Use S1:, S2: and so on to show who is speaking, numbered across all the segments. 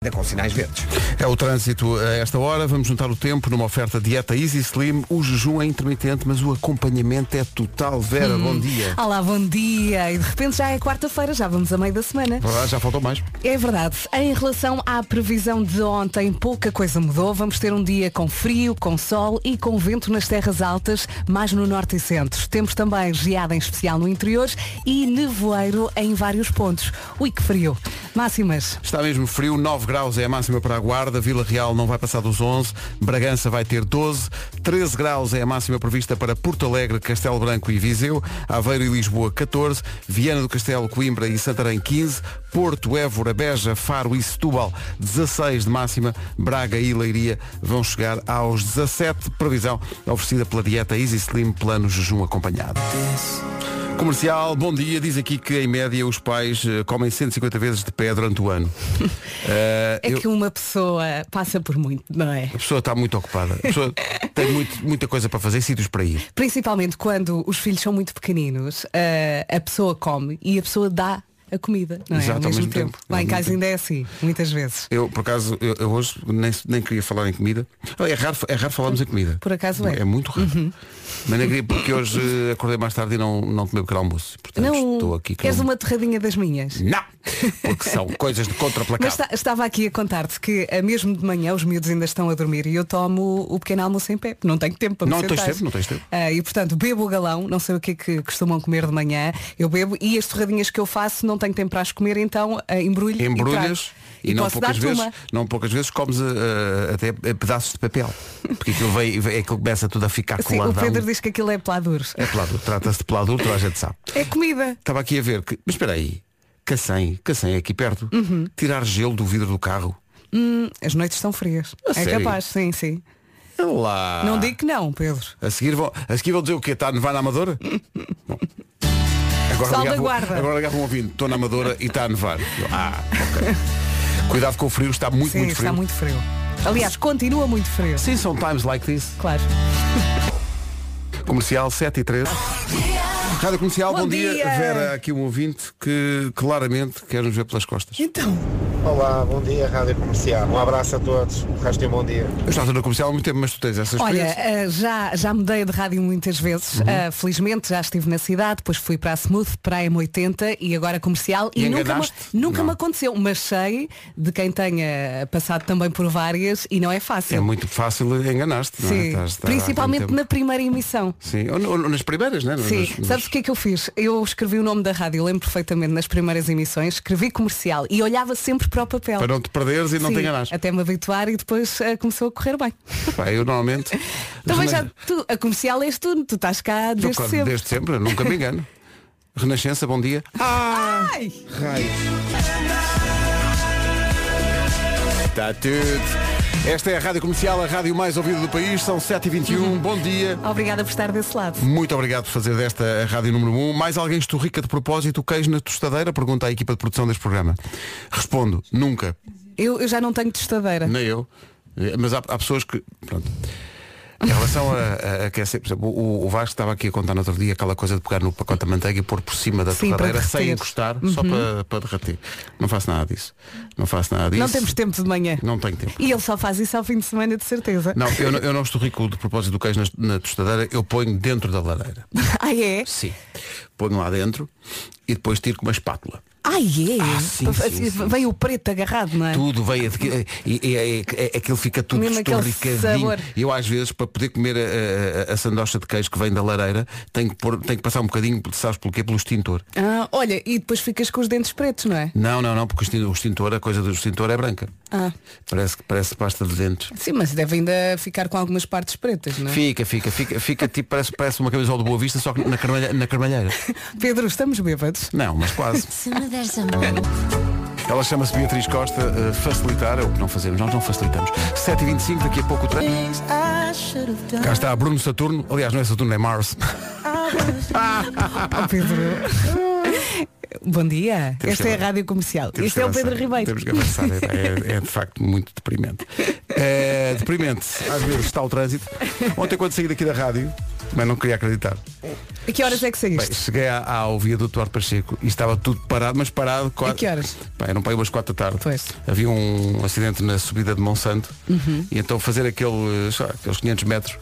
S1: até com sinais verdes.
S2: É o trânsito a esta hora. Vamos juntar o tempo numa oferta dieta Easy Slim. O jejum é intermitente, mas o acompanhamento é total. Vera, bom dia.
S3: Olá, bom dia. E de repente já é quarta-feira, já vamos a meio da semana.
S2: Para lá já faltou mais.
S3: É verdade. Em relação à previsão de ontem, pouca coisa mudou. Vamos ter um dia com frio, com sol e com vento nas terras altas, mais no norte e centro. Temos também geada em especial no interior e nevoeiro em vários pontos. Ui, que frio. Máximas.
S2: Está mesmo frio, 9 graus é a máxima para a Guarda, Vila Real não vai passar dos 11, Bragança vai ter 12, 13 graus é a máxima prevista para Porto Alegre, Castelo Branco e Viseu, Aveiro e Lisboa 14, Viana do Castelo, Coimbra e Santarém 15, Porto, Évora, Beja, Faro e Setúbal 16 de máxima, Braga e Leiria vão chegar aos 17, previsão oferecida pela dieta Easy Slim, plano jejum acompanhado. Comercial, bom dia. Diz aqui que em média os pais eh, comem 150 vezes de pé durante o ano. Eh,
S3: É
S2: eu-
S3: que uma pessoa passa por muito, não é?
S2: A pessoa está muito ocupada. A pessoa tem muito- muita coisa para fazer, sítios para ir.
S3: Principalmente quando os filhos são muito pequeninos, eh, a pessoa come e a pessoa dá a comida, não é?
S2: Exato,
S3: ao mesmo, tempo. Lá
S2: Ao
S3: em
S2: mesmo
S3: casa ainda é assim, muitas vezes.
S2: Eu, por acaso, eu, eu hoje nem, nem queria falar em comida. Ah, É raro, é raro falarmos em comida.
S3: Por acaso é.
S2: É muito raro. Mas nem queria porque hoje eh, acordei mais tarde e não, não tomei o pequeno almoço. Portanto, Então, estou aqui com... um
S3: és uma terradinha das minhas.
S2: Não! Porque são coisas de
S3: Mas
S2: contraplacado.
S3: esta- estava aqui a contar-te que eh, mesmo de manhã os miúdos ainda estão a dormir e eu tomo o pequeno almoço em pé. Não tenho tempo para me
S2: Não tens
S3: sentar.
S2: tempo, não tens tempo.
S3: Ah, e portanto bebo o galão, não sei o que é que costumam comer de manhã, eu bebo e as torradinhas que eu faço não tenho tempo para as comer, então ah, embrulho
S2: Embrulhas
S3: e, trago.
S2: e, não,
S3: posso
S2: poucas
S3: dar-te
S2: vezes,
S3: uma.
S2: não poucas vezes comes eh, eh, até eh, pedaços de papel. Porque aquilo, veio, é que começa tudo a ficar
S3: Sim, o
S2: coladão.
S3: Pedro diz que aquilo é pladur.
S2: É pelador, trata-se de pelador, toda a gente sabe.
S3: É comida.
S2: Estava aqui a ver que. Mas espera aí. Cacém, Cacém é aqui perto.
S3: Uhum.
S2: Tirar gelo do vidro do carro.
S3: Hum, as noites estão frias.
S2: A
S3: é
S2: sério?
S3: capaz, sim, sim.
S2: É lá.
S3: Não digo que não, Pedro.
S2: A seguir vão, a seguir vão dizer o quê? Está a nevar na Amadora? Bom. Agora
S3: Pessoal da
S2: ligava-
S3: Guarda.
S2: Agora ligava um ouvindo. Estou na Amadora e está a nevar. Eu, Ah, ok. Cuidado com o frio, está muito,
S3: sim,
S2: muito frio.
S3: está muito frio. Aliás, continua muito frio.
S2: Sim, são times like this.
S3: Claro.
S2: Comercial 7 e 13. Rádio Comercial, bom,
S3: Bom dia.
S2: Vera, há aqui um ouvinte que claramente quer nos ver pelas costas.
S3: Então,
S4: Olá, bom dia, Rádio Comercial. Um abraço a todos, o resto é um bom dia.
S2: Eu estava na comercial há muito tempo, mas tu tens essas
S3: olha,
S2: experiências.
S3: ah, já, já mudei de rádio muitas vezes.
S2: Uhum.
S3: Ah, felizmente já estive na cidade, depois fui para a Smooth, para a M80 e agora comercial. E,
S2: E
S3: nunca, me,
S2: enganaste?
S3: nunca me
S2: Não.
S3: aconteceu. Mas sei de quem tenha passado também por várias e não é fácil.
S2: É muito fácil enganar-te, não é?
S3: Sim,
S2: Estás- estás há
S3: principalmente
S2: muito
S3: na
S2: tempo.
S3: primeira emissão.
S2: Sim, ou, ou nas primeiras, né?
S3: Sim,
S2: Nas- nas-
S3: sabes o que é que eu fiz? Eu escrevi o nome da rádio, eu lembro perfeitamente nas primeiras emissões, escrevi comercial e olhava sempre para o papel.
S2: Para não te perderes e não
S3: Sim,
S2: te enganares.
S3: Até me habituar e depois ah, começou a correr bem.
S2: Pá, eu normalmente.
S3: Também já,
S2: Renan-
S3: tu, a comercial és tu, tu estás cá
S2: Não,
S3: desde
S2: Então, claro,
S3: sempre.
S2: desde sempre, eu nunca me engano. Renascença, bom dia. Ah!
S3: Ai!
S2: Raios. Está Tá tudo. Esta é a Rádio Comercial, a rádio mais ouvida do país. São 7h21. Bom dia.
S3: Obrigada por estar desse lado.
S2: Uhum. Muito obrigado por fazer desta a rádio número 1. Mais alguém esturrica de propósito o queijo na tostadeira? Pergunta à equipa de produção deste programa. Respondo, nunca.
S3: Eu, eu já não tenho testadeira.
S2: Nem eu. Eh, Mas há, há pessoas que. Pronto. Em relação a, a- a aquecer, por exemplo, o, o Vasco estava aqui a contar no outro dia aquela coisa de pegar no pacote de manteiga e pôr por cima da
S3: Sim, para
S2: torradeira sem
S3: derreter. Uhum.
S2: encostar, só para, para derreter. Não faço nada disso. Não faço nada disso.
S3: Não temos tempo de manhã.
S2: Não tenho tempo.
S3: E ele só faz isso ao fim de semana, de certeza.
S2: Não, eu, não- eu não estou rico de propósito do queijo na, na tostadeira, eu ponho dentro da lareira.
S3: Ai é?
S2: Sim. Ponho lá dentro e depois tiro com uma espátula.
S3: Ai é?
S2: Ah, sim, sim, sim.
S3: Vem o preto agarrado, não é?
S2: Tudo vem adqui- e, e, e, e- aquilo fica tudo
S3: Mesmo aquele
S2: esturricadinho.
S3: sabor.
S2: Eu às vezes, para poder comer a, a- a sandocha de queijo que vem da lareira, tenho que, pôr- tenho que passar um bocadinho, sabes pelo quê? Pelo extintor.
S3: Ah, olha, e depois ficas com os dentes pretos, não é?
S2: Não, não, não, porque o extin- o extintor, a coisa do extintor é branca.
S3: Ah.
S2: Parece, que- parece pasta de dentes.
S3: Sim, mas deve ainda ficar com algumas partes pretas, não é?
S2: Fica, fica, fica, fica tipo, parece, parece uma camisola de boa vista, só que na carmalha- na carmalheira.
S3: Pedro, estamos bêbados.
S2: Não, mas quase.
S5: Se me deres a mão.
S2: Ela chama-se Beatriz Costa, eh, facilitar é o que não fazemos, nós não facilitamos. 7h25, daqui a pouco o treino. Cá está Bruno Saturno, aliás não é Saturno, é Mars.
S3: Oh, Pedro. Bom dia.
S2: Ah. Temos
S3: Esta
S2: que
S3: é a
S2: avançar.
S3: Rádio Comercial.
S2: Temos
S3: este
S2: que
S3: é o
S2: avançar.
S3: Pedro Ribeiro.
S2: Temos que avançar, é, é- é de facto muito deprimente. É, deprimente, às vezes está o trânsito. Ontem quando saí daqui da rádio, Mas não queria acreditar.
S3: A que horas é que
S2: Bem,
S3: saíste?
S2: cheguei à- ao viaduto Duarte Pacheco e estava tudo parado, mas parado. Quase...
S3: A que horas?
S2: Bem, eram para aí umas quatro da tarde.
S3: Pois. Uhum.
S2: Havia um acidente na subida de Monsanto e então fazer aquele, sei lá, aqueles 500 metros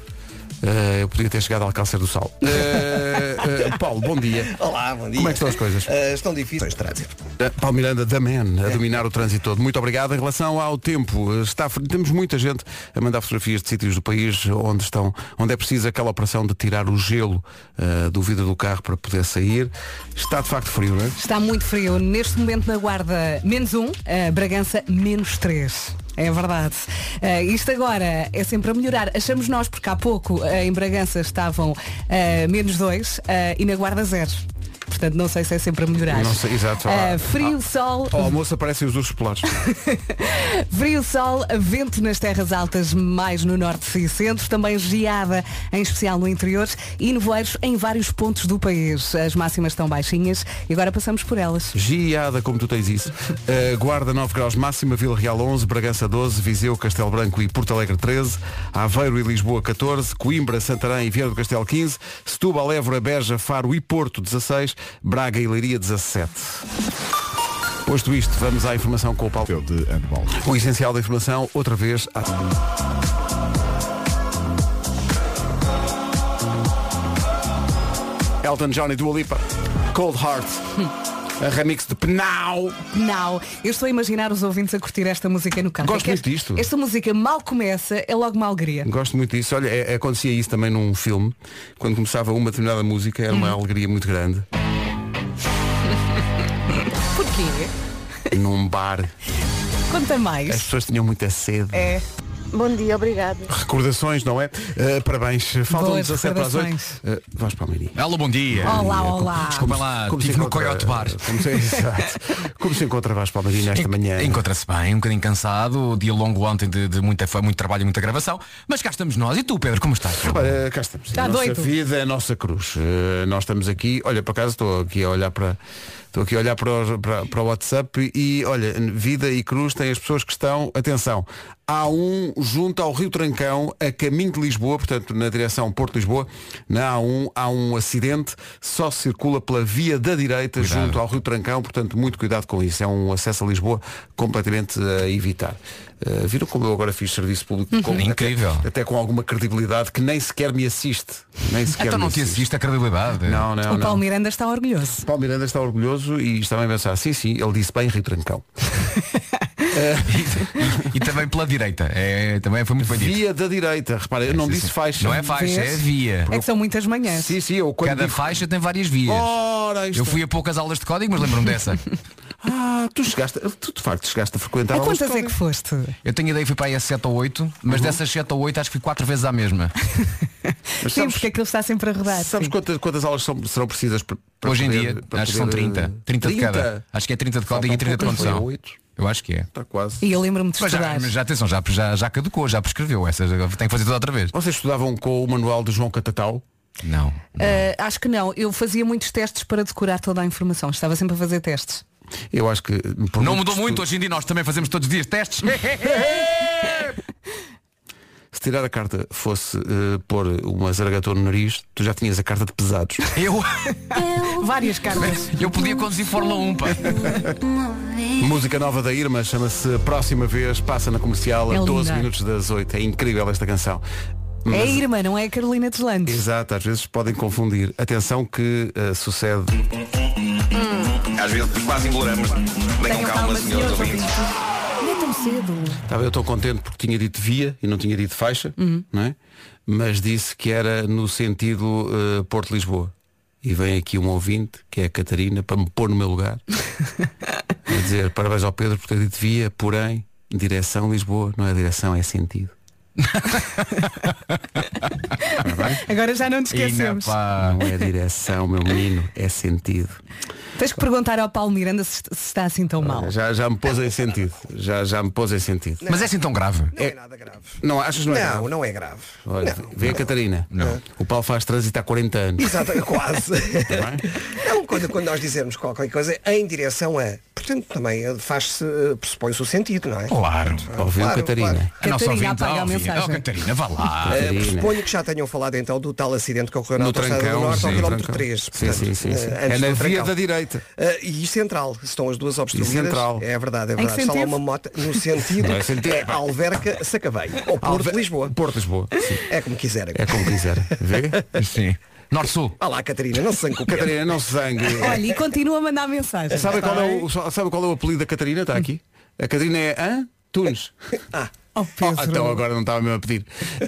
S2: eh, eu podia ter chegado ao Alcácer do Sal. Eh, eh, Paulo, bom dia.
S1: Olá, bom dia.
S2: Como é que estão as coisas?
S1: Ah, estão difíceis de trazer.
S2: Eh, Paulo Miranda, da Man, a dominar o trânsito todo. Muito obrigado. Em relação ao tempo, eh, está, temos muita gente a mandar fotografias de sítios do país onde, estão, onde é preciso aquela operação de tirar o gelo eh, do vidro do carro para poder sair. Está de facto frio, não é?
S3: Está muito frio. Neste momento na guarda menos um, a Bragança menos três. É verdade. Eh, isto agora é sempre a melhorar. Achamos nós, porque há pouco eh, em Bragança estavam eh, menos dois eh, e na guarda zero. Portanto, não sei se é sempre a melhorar.
S2: Não sei, exato.
S3: Eh,
S2: Ah,
S3: frio, sol,
S2: Ao almoço aparecem os ursos polares.
S3: Frio sol, vento nas terras altas, mais no norte e centro, também geada, em especial no interior, e nevoeiros em vários pontos do país. As máximas estão baixinhas e agora passamos por elas.
S2: Giada, como tu tens isso. Uh, Guarda 9 graus máxima, Vila Real 11, Bragança 12, Viseu, Castelo Branco e Porto Alegre 13, Aveiro e Lisboa 14, Coimbra, Santarém e Vieira do Castelo 15, Setúbal, Évora, Beja, Faro e Porto 16, Braga e Leiria 17. Posto isto, vamos à informação com o Paulo.
S5: Europeu de handball.
S2: O essencial da informação, outra vez. À... Elton John e Dua Lipa. Cold Heart. A remix de Penal.
S3: Não, eu estou a imaginar os ouvintes a curtir esta música no carro. É
S2: Gosto
S3: que
S2: muito disto.
S3: Esta música mal começa, é logo uma alegria.
S2: Gosto muito disso. Olha, é- acontecia isso também num filme. Quando começava uma determinada música, era
S3: Hum.
S2: uma alegria muito grande.
S3: Porquê?
S2: Num bar,
S3: Conta
S2: as
S3: mais.
S2: pessoas tinham muita sede.
S3: É.
S6: Bom dia, obrigado.
S2: Recordações, não é? Eh, parabéns. Faltam
S3: Boas
S2: 17 para as 8.
S3: recordações.
S2: Eh, vais para o menino.
S7: Alô, bom
S2: É.
S7: dia.
S3: Olá, olá.
S7: Desculpa lá, estive no Coyote Bar.
S2: Como se, exato. Como se encontra Vasco Palmeirinho esta manhã?
S7: Encontra-se bem, um bocadinho cansado, dia longo ontem de, de muita, foi muito trabalho e muita gravação, mas cá estamos nós. E tu, Pedro, como estás?
S2: Olha, cá estamos.
S3: Está
S2: a nossa
S3: doido.
S2: vida é a nossa cruz. Eh, nós estamos aqui, olha, por acaso estou aqui a olhar para. Estou aqui a olhar para, o- para, para o WhatsApp e, olha, vida e cruz têm as pessoas que estão, atenção, há um junto ao Rio Trancão, a caminho de Lisboa, portanto, na direção Porto-Lisboa, na A1, há um acidente, só circula pela via da direita junto ao Rio Trancão, portanto, muito cuidado com isso. É um acesso a Lisboa completamente a evitar. Eh, viram como eu agora fiz serviço público? Com-
S7: Incrível.
S2: até- até com alguma credibilidade que nem sequer me assiste. Nem sequer
S7: Então
S2: me
S7: não te assiste Então- a credibilidade.
S2: Não, não,
S3: O
S2: não.
S3: Paulo Miranda está orgulhoso.
S2: Paulo Miranda está orgulhoso e está bem a pensar, sim, sim, ele disse bem Ritrancão.
S7: E, e também pela direita. É, também foi muito bem dito.
S2: Via da direita, repara, eu não disse faixa.
S7: Não é faixa, é
S3: Vês?
S7: via.
S3: É que são muitas manhãs.
S2: Sim, sim, eu quando
S7: Cada
S2: digo-
S7: faixa tem várias vias.
S2: Ora, isto...
S7: Eu fui a poucas aulas de código, mas lembro-me dessa.
S2: Ah, tu chegaste, tu de facto chegaste a frequentar
S3: A
S2: aulas de
S3: quantas é que
S2: código.
S3: foste?
S7: Eu tenho ideia que fui para aí a 7 ou 8, mas
S2: Uhum.
S7: dessas 7 ou 8 acho que fui 4 vezes à mesma.
S2: Mas
S3: Sim,
S2: sabes-
S3: porque aquilo está sempre a rodar.
S2: Sabes
S3: sim.
S2: quantas, quantas aulas são- serão precisas para, para
S7: Hoje em
S2: poder-
S7: dia,
S2: para
S7: acho que são
S2: poder, eh,
S7: 30. 30 de cada.
S2: 30?
S7: Acho que é 30 de código e 30 de
S2: Faltam poucas,
S7: condução.
S2: foi oito.
S7: Eu acho que é.
S2: Está quase.
S3: E eu lembro-me de
S7: Mas já,
S3: estudar.
S7: mas já atenção, já, já, já caducou, já prescreveu. Essa já- tem que fazer tudo outra vez.
S2: Vocês estudavam com o manual de João Catatau?
S7: Não.
S3: Uh, acho que não. Eu fazia muitos testes para decorar toda a informação. Estava sempre a fazer testes.
S2: Eu acho que. por
S7: Não
S2: que
S7: mudou
S2: estu-
S7: muito, hoje em dia nós também fazemos todos os dias testes.
S2: Se tirar a carta fosse eh, pôr uma zaragatua no nariz, tu já tinhas a carta de pesados.
S7: Eu,
S3: Várias cartas.
S7: eu podia conduzir Fórmula 1, pá.
S2: Música nova da Irma, chama-se Próxima Vez, passa na comercial a
S3: É
S2: 12
S3: linda.
S2: minutos das 8. É incrível esta canção.
S3: É a
S2: Mas-
S3: irmã, não é a Carolina Deslandes.
S2: Exato, às vezes podem confundir. Atenção que eh, sucede.
S8: Às vezes quase embolamos. Venham
S3: Tenham
S8: calma,
S3: calma,
S8: senhores
S3: senhores
S8: ouvintes.
S3: Não é tão cedo.
S2: Tá, eu estou contente porque tinha dito via e não tinha dito faixa, não é? mas disse que era no sentido eh, Porto-Lisboa. E vem aqui um ouvinte, que é a Catarina, para me pôr no meu lugar. a dizer parabéns ao Pedro por ter dito via, porém, direção Lisboa, não é direção, é sentido.
S3: Agora já não te esquecemos.
S7: pá.
S2: Não é direção, meu menino, é sentido.
S3: Tens que perguntar ao Paulo Miranda se, se está assim tão mal.
S2: Já, já me pôs em sentido. Já, já me pôs em sentido.
S7: Mas é assim tão grave.
S1: Não é nada grave.
S2: Não achas não é?
S1: Não,
S2: grave?
S1: não é grave.
S2: Olha, vê a Catarina. Não. O Paulo faz trânsito há 40 anos.
S1: Exato, quase. É
S2: Tá bem?
S1: Não, quando, quando nós dizemos qualquer coisa em direção a. portanto também eh, faz-se, eh, pressupõe-se o sentido, não é?
S7: Claro.
S2: Ouviu,
S1: Claro,
S2: Catarina?
S1: claro.
S7: A nossa
S3: Catarina,
S7: ouvinte,
S2: Ah,
S3: apaga a
S7: ouvinte.
S3: mensagem.
S7: Oh, Catarina, vá lá.
S1: Eh,
S2: Catarina.
S1: Pressuponho que já tenham falado então do tal acidente que ocorreu na
S2: No
S1: Autostrada do
S2: Trancão,
S1: Norte ao
S2: sim,
S1: quilómetro
S2: Trancão.
S1: 3.
S2: Sim, sim, sim, sim.
S1: eh,
S2: É
S1: antes
S2: na
S1: do
S2: via
S1: Trancão.
S2: da direita.
S1: Eh, e central, estão as duas obstruídas.
S2: central.
S1: É verdade, é
S3: que
S1: verdade. Está lá
S3: sentido?
S1: uma moto no sentido
S2: Não é sentido,
S1: é
S2: pá.
S1: Alverca, Sacavém. Ou Porto
S2: Alve-
S1: de Lisboa.
S2: Porto de Lisboa. Sim.
S1: É como quiserem.
S2: É como quiser. Vê?
S7: Sim. Norte-Sul.
S1: Olá, Catarina, não se sangue com o Catarina.
S2: Catarina, não se zangue.
S3: Olha, e continua a mandar mensagem.
S2: Sabe qual, é o, sabe qual é o apelido da Catarina? Está aqui. A Catarina é Hã? Tunes.
S3: Oh, Pedro.
S2: Oh, então agora não estava mesmo a pedir.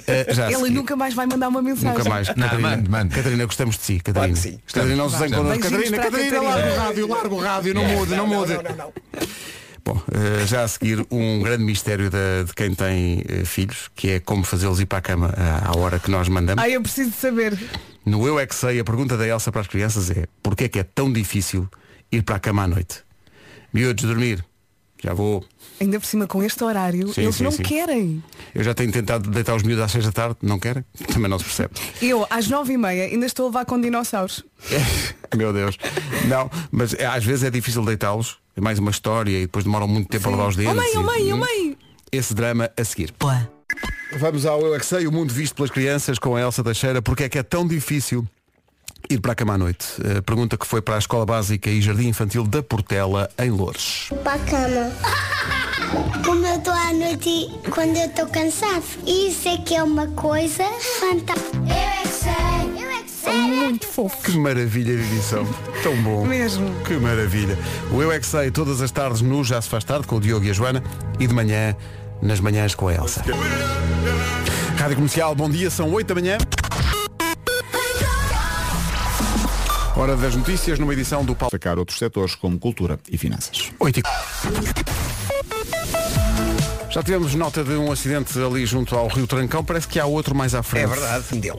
S2: Eh, já a
S3: Ele
S2: seguir.
S3: nunca mais vai mandar uma mensagem.
S2: Nunca mais. Catarina,
S7: mande, mande.
S2: Catarina, gostamos de si, Catarina.
S1: que sim.
S2: Catarina, não se zangue connosco.
S3: Beijinhos
S2: Catarina,
S3: para a
S2: Catarina, larga o
S3: Catarina.
S2: rádio, larga o rádio, não mude,
S1: Não,
S2: não mude.
S1: não, não, não.
S2: Bom, eh, já a seguir um grande mistério da- de quem tem eh, filhos, que é como fazê-los ir para a cama ah, à hora que nós mandamos.
S3: Ai, eu preciso de saber.
S2: No Eu É Que Sei, a pergunta da Elsa para as crianças é porquê é que é tão difícil ir para a cama à noite? Miúdos, dormir. Já vou.
S3: Ainda por cima com este horário,
S2: Sim,
S3: eles
S2: sim,
S3: não
S2: sim.
S3: querem.
S2: Eu já tenho tentado deitar os miúdos às seis da tarde, não querem? Também não se percebe.
S3: Eu, às nove e meia, ainda estou a levar com dinossauros.
S2: Meu Deus. Não, mas é, às vezes é difícil deitá-los. É mais uma história e depois demoram muito tempo a lavar os
S3: Sim. Oh,
S2: dedos.
S3: mãe, oh,
S2: e-
S3: mãe,
S2: é?
S3: oh, mãe.
S2: Esse drama a seguir. Vamos ao Eu É Que Sei, o mundo visto pelas crianças com a Elsa Teixeira. Porque é que é tão difícil ir para a cama à noite? A pergunta que foi para a Escola Básica e Jardim Infantil da Portela, em Loures.
S5: para a cama. Como eu estou à noite e quando eu estou cansado. Isso é que é uma coisa fantástica. Eu é que sei, eu é que sei.
S3: Muito fofo.
S2: Que maravilha de edição. Tão bom.
S3: Mesmo.
S2: Que maravilha. O Eu É Que Sei, todas as tardes no Já Se Faz Tarde, com o Diogo e a Joana, e de manhã, nas manhãs com a Elsa. Rádio Comercial, bom dia, são 8 da manhã. Hora das notícias numa edição do Paulo.
S6: Sacar outros setores como cultura e finanças.
S2: 8 e... Já tivemos nota de um acidente ali junto ao Rio Trancão, parece que há outro mais à frente.
S1: É verdade, dele.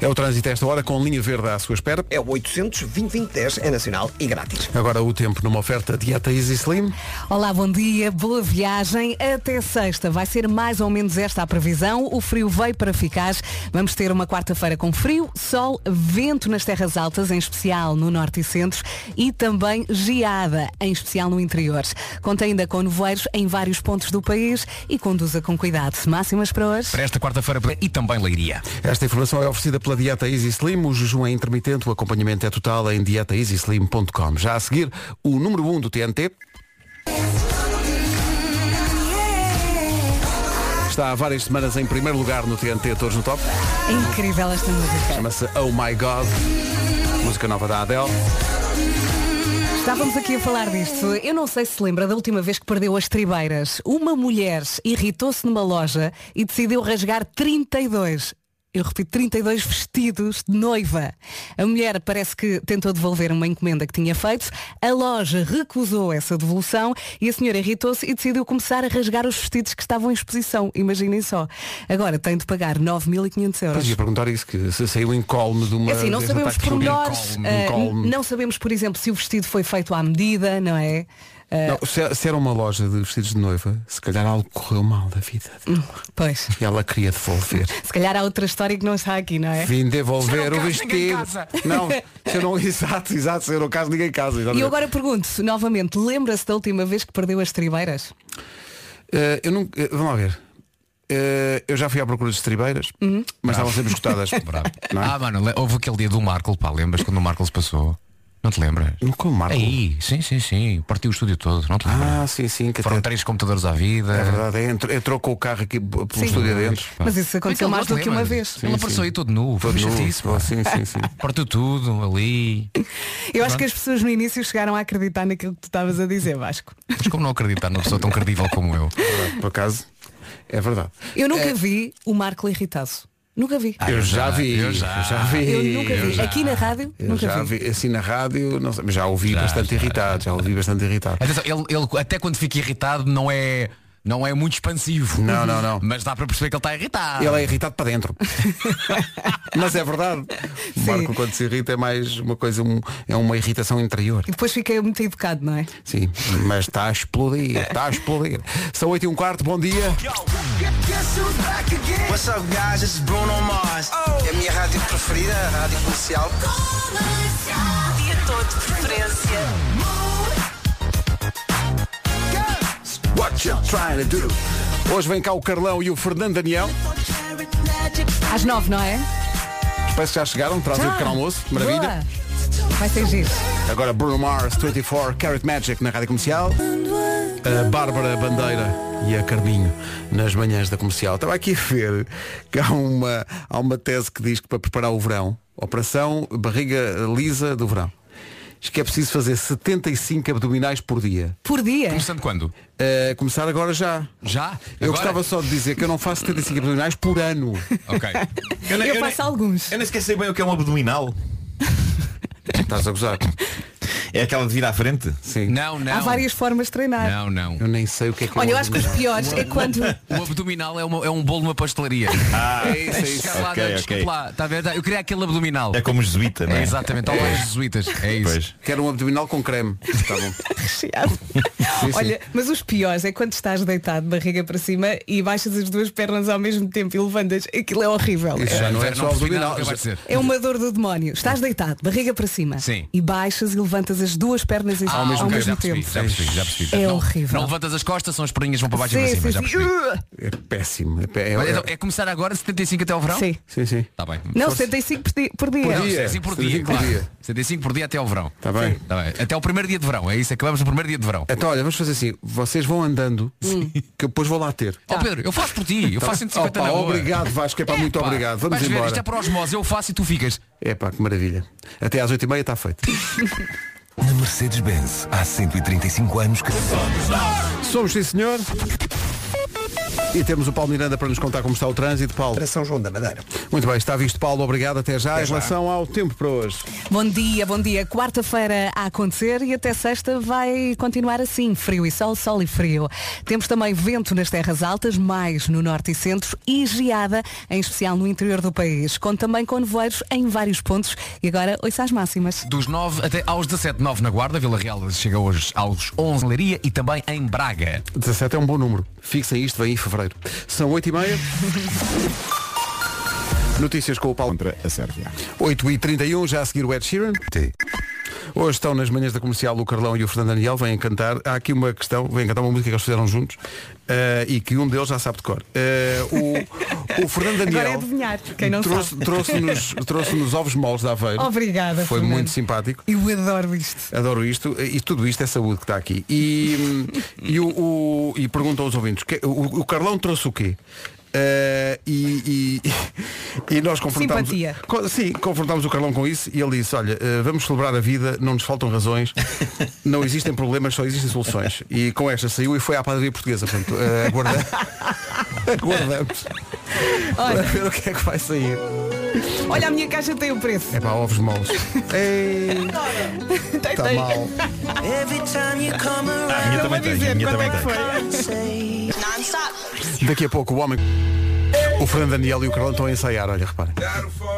S2: É o trânsito a esta hora com linha verde à sua espera.
S1: É o 800 2010 é nacional e grátis.
S2: Agora o tempo numa oferta dieta Easy Slim.
S3: Olá, bom dia, boa viagem. Até sexta vai ser mais ou menos esta a previsão. O frio veio para ficar. Vamos ter uma quarta-feira com frio, sol, vento nas terras altas, em especial no norte e centro, e também geada, em especial no interior. Conta ainda com nevoeiros em vários pontos do país e conduza com cuidado. Máximas para hoje.
S7: Para esta quarta-feira e também Leiria.
S2: Esta informação é oferecida pela Dieta Easy Slim. O jejum é intermitente, o acompanhamento é total em dietaeasyslim.com. Já a seguir, o número 1 um do TNT. Está há várias semanas em primeiro lugar no TNT, todos no top.
S3: É incrível esta música.
S2: Chama-se Oh My God. Música nova da Adele.
S3: Estávamos aqui a falar disto. Eu não sei se se lembra da última vez que perdeu as tribeiras. Uma mulher irritou-se numa loja e decidiu rasgar 32. Eu repito, 32 vestidos de noiva. A mulher parece que tentou devolver uma encomenda que tinha feito, a loja recusou essa devolução e a senhora irritou-se e decidiu começar a rasgar os vestidos que estavam em exposição. Imaginem só. Agora tem de pagar 9.500 euros.
S2: Pois ia perguntar isso, que se saiu incólume de uma...
S3: É assim, não
S2: desse
S3: sabemos
S2: ataque um de
S3: pormenores,
S2: incólume,
S3: ah,
S2: incólume.
S3: não sabemos, por exemplo, se o vestido foi feito à medida, não é? Ah,
S2: Não, se, se era uma loja de vestidos de noiva, se calhar algo correu mal da vida. dela.
S3: Hum. pois.
S2: E ela queria devolver.
S3: Se calhar há outra história que não está aqui, não é?
S2: Vim devolver o
S7: um caso, ninguém
S2: vestido.
S7: casa.
S2: Não, se eu não, exato, exato, se eu não caso ninguém casa.
S3: E
S2: exatamente.
S3: eu agora pergunto-se novamente, lembra-se da última vez que perdeu as tribeiras?
S2: Eh, eu nunca, eh, vamos lá ver. Eh, eu já fui à procura de estribeiras, mas estavam sempre escutadas.
S7: Uhum. Bravo.
S2: Não é?
S7: Ah, mano, le- houve aquele dia do Marco, pá, lembras quando o Marco se passou? Não te lembras?
S2: Com o Marco.
S7: É Aí, sim, sim, sim. Partiu o estúdio todo, não te lembras?
S2: Ah, sim, sim. Que
S7: Foram
S2: até-
S7: três computadores à vida.
S2: É verdade, é, entrou, entrou com o carro aqui p- pelo
S3: Sim.
S2: estúdio adentro.
S7: Pá.
S3: Mas isso aconteceu
S7: Aquele
S3: mais do
S7: outro,
S3: que uma
S7: lembra?
S3: vez.
S7: Ele apareceu aí todo nu, foi
S2: Todo nu.
S7: chatice, pá.
S2: Oh, sim, sim, sim.
S7: Partiu tudo ali.
S3: Eu acho que as pessoas no início chegaram a acreditar naquilo que tu estavas a dizer, Vasco.
S7: Mas como não acreditar numa pessoa tão credível como eu?
S2: Por acaso, é Ah, verdade.
S3: Eu nunca vi o Marco irritado. Nunca vi.
S2: eu,
S7: Ah, eu
S2: já
S7: já,
S2: vi,
S7: eu já.
S2: vi.
S3: eu nunca vi. Aqui na rádio,
S2: Eu
S3: nunca
S2: já
S3: vi.
S2: vi, assim na rádio, não sei, mas já ouvi
S7: Já, já,
S2: bastante irritado, já ouvi bastante irritado.
S7: Atenção, ele, ele até quando fica irritado não é, não é muito expansivo.
S2: Não, não, não.
S7: Mas dá para perceber que ele está irritado.
S3: Ah.
S2: Ele é irritado para dentro. Mas é verdade. O
S3: Sim.
S2: Marco quando se irrita é mais uma coisa, um- é uma irritação interior.
S3: E depois fiquei muito educado, não é?
S2: Sim, mas está a explodir, está a explodir. São 8 e um quarto, bom dia.
S9: What's up, guys? This is Bruno Mars. É a minha rádio preferida, a rádio comercial.
S10: Dia todo de preferência.
S8: What you trying to do?
S2: Hoje vem cá o Carlão e o Fernando Daniel.
S3: Às nove, não é?
S2: Parece que já chegaram, trazem o
S3: Já.
S2: um pequeno almoço. Maravilha.
S3: Ah, Boa. Vai ser giro.
S2: Agora Bruno Mars, 24 Carat Magic na Rádio Comercial. A Bárbara Bandeira e a Carminho nas manhãs da comercial. Estava aqui a ver que há uma, há uma tese que diz que para preparar o verão, operação barriga lisa do verão. Diz que é preciso fazer 75 abdominais por dia.
S3: Por dia.
S7: Começando quando?
S2: Uh, começar agora já.
S7: Já?
S2: Eu
S7: Agora?
S2: gostava só de dizer que eu não faço 75 abdominais por ano.
S7: Ok.
S8: Eu, nem-
S3: Eu
S8: eu
S3: faço
S8: nem-
S3: alguns.
S8: Eu nem esqueci bem o que é um abdominal.
S2: Estás a gozar?
S8: É aquela de vir à frente.
S2: Sim.
S7: Não, não.
S3: Há várias formas de treinar.
S7: Não, não.
S2: Eu nem sei o que é que é
S3: Olha,
S2: um
S3: eu acho que os
S2: abdominal.
S3: piores é quando.
S7: O abdominal é, uma- é um bolo numa pastelaria. Ah, é isso, é isso. Chegar lá,
S8: Ok,
S7: okay,
S8: ok.
S7: lá. Tá a ver? Eu queria aquele abdominal.
S8: É como jesuíta, não
S7: É
S8: é?
S7: exatamente, ao lado dos jesuítas. É isso.
S8: Pois.
S2: Quero um abdominal com creme. Tá bom.
S3: recheado.
S2: Sim, sim.
S3: Olha, mas os piores é quando estás deitado de barriga para cima e baixas as duas pernas ao mesmo tempo e levantas. Aquilo é horrível.
S2: Isso já não é
S7: Vera,
S2: só
S7: percebi nada
S2: abdominal.
S7: do que acabaste de dizer.
S3: É uma dor do demónio. Estás deitado, barriga para cima.
S7: Sim.
S3: E baixas e levantas as duas pernas em cima
S7: Ah,
S3: ao mesmo,
S7: ok, já percebi,
S3: tempo.
S7: Já percebi, já percebi.
S3: É
S7: Não-
S3: horrível.
S7: Não levantas as costas, são as perninhas vão para baixo e para
S3: Sim,
S7: cima.
S3: sim,
S7: Já
S3: sim.
S7: percebi.
S3: Uh!
S2: É péssimo. É, pé- é-
S7: Olha, então, é começar agora 75 até ao verão?
S3: Sim.
S2: Sim, sim.
S7: Tá bem.
S3: Não, 75 por di- por dia.
S2: Por
S7: Não,
S2: dia.
S7: 75 por
S2: 75
S7: dia,
S2: por
S7: claro.
S2: dia.
S7: 75 por dia até ao verão.
S2: Tá bem.
S7: Tá bem. Até ao primeiro dia de verão, é isso, acabamos no primeiro dia de verão.
S2: Então, olha, vamos fazer assim. Vocês vão andando,
S7: Hum.
S2: que eu depois vou lá ter.
S7: Ó Pedro, eu faço por ti, eu faço 150
S2: Tá. Opa,
S7: na boa.
S2: obrigado, Vasco. É para muito
S7: Pá,
S2: obrigado. Vamos
S7: vais ver,
S2: embora.
S7: isto é para osmose, eu faço e tu ficas.
S2: É pá, que maravilha. Até às 8h30 está tá feito.
S10: Na Mercedes-Benz, há 135 anos que...
S2: Somos, sim, senhor. E temos o Paulo Miranda para nos contar como está o trânsito. Paulo,
S1: Para São João da Madeira.
S2: muito bem, está visto, Paulo. Obrigado. Até já. em
S1: já.
S2: relação ao tempo para hoje.
S3: Bom dia, bom dia. Quarta-feira a acontecer e até sexta vai continuar assim, frio e sol, sol e frio. Temos também vento nas terras altas, mais no norte e centro e geada, em especial no interior do país. Conto também com nevoeiros em vários pontos e agora ouça as máximas.
S7: Dos 9 até aos 17, 9 na Guarda, Vila Real chega hoje aos 11 em Leiria e também em Braga.
S2: 17 é um bom número. Fixem isto, vem em fevereiro. São 8h30. Notícias com o Paulo.
S6: Contra a Sérvia.
S2: 8h31, já a seguir o Ed Sheeran. Hoje estão nas manhãs da comercial o Carlão e o Fernando Daniel, vêm cantar. Há aqui uma questão, vêm cantar uma música que eles fizeram juntos eh, e que um deles já sabe de cor. Eh, o, o Fernando Daniel.
S3: Agora é adivinhar, quem não
S2: trouxe,
S3: sabe.
S2: Trouxe-nos trouxe ovos moles da Aveiro.
S3: Obrigada,
S2: Foi
S3: Fernando.
S2: muito simpático.
S3: Eu adoro isto.
S2: Adoro isto e tudo isto é saúde que está aqui. E, hum, e, o, o- e pergunto aos ouvintes, que- o, o Carlão trouxe o quê? Eh, e, e, e nós confrontámos
S3: Simpatia.
S2: Co- sim, confrontámos o Carlão com isso e ele disse, olha, eh, vamos celebrar a vida, não nos faltam razões, não existem problemas, só existem soluções. E com esta saiu e foi à padaria portuguesa, portanto, eh, aguarda- aguardamos para ver o que é que vai sair.
S3: Olha, a minha caixa tem o preço.
S2: É para ovos moles. Está
S3: Tem,
S2: mal.
S8: Ah, a minha
S3: Não vou
S8: também tem.
S3: dizer
S8: A minha
S3: quanto é
S8: também
S3: que
S8: tem.
S3: foi.
S2: Daqui a pouco o homem. O Fernando Daniel e o Carlão estão a ensaiar, olha, reparem.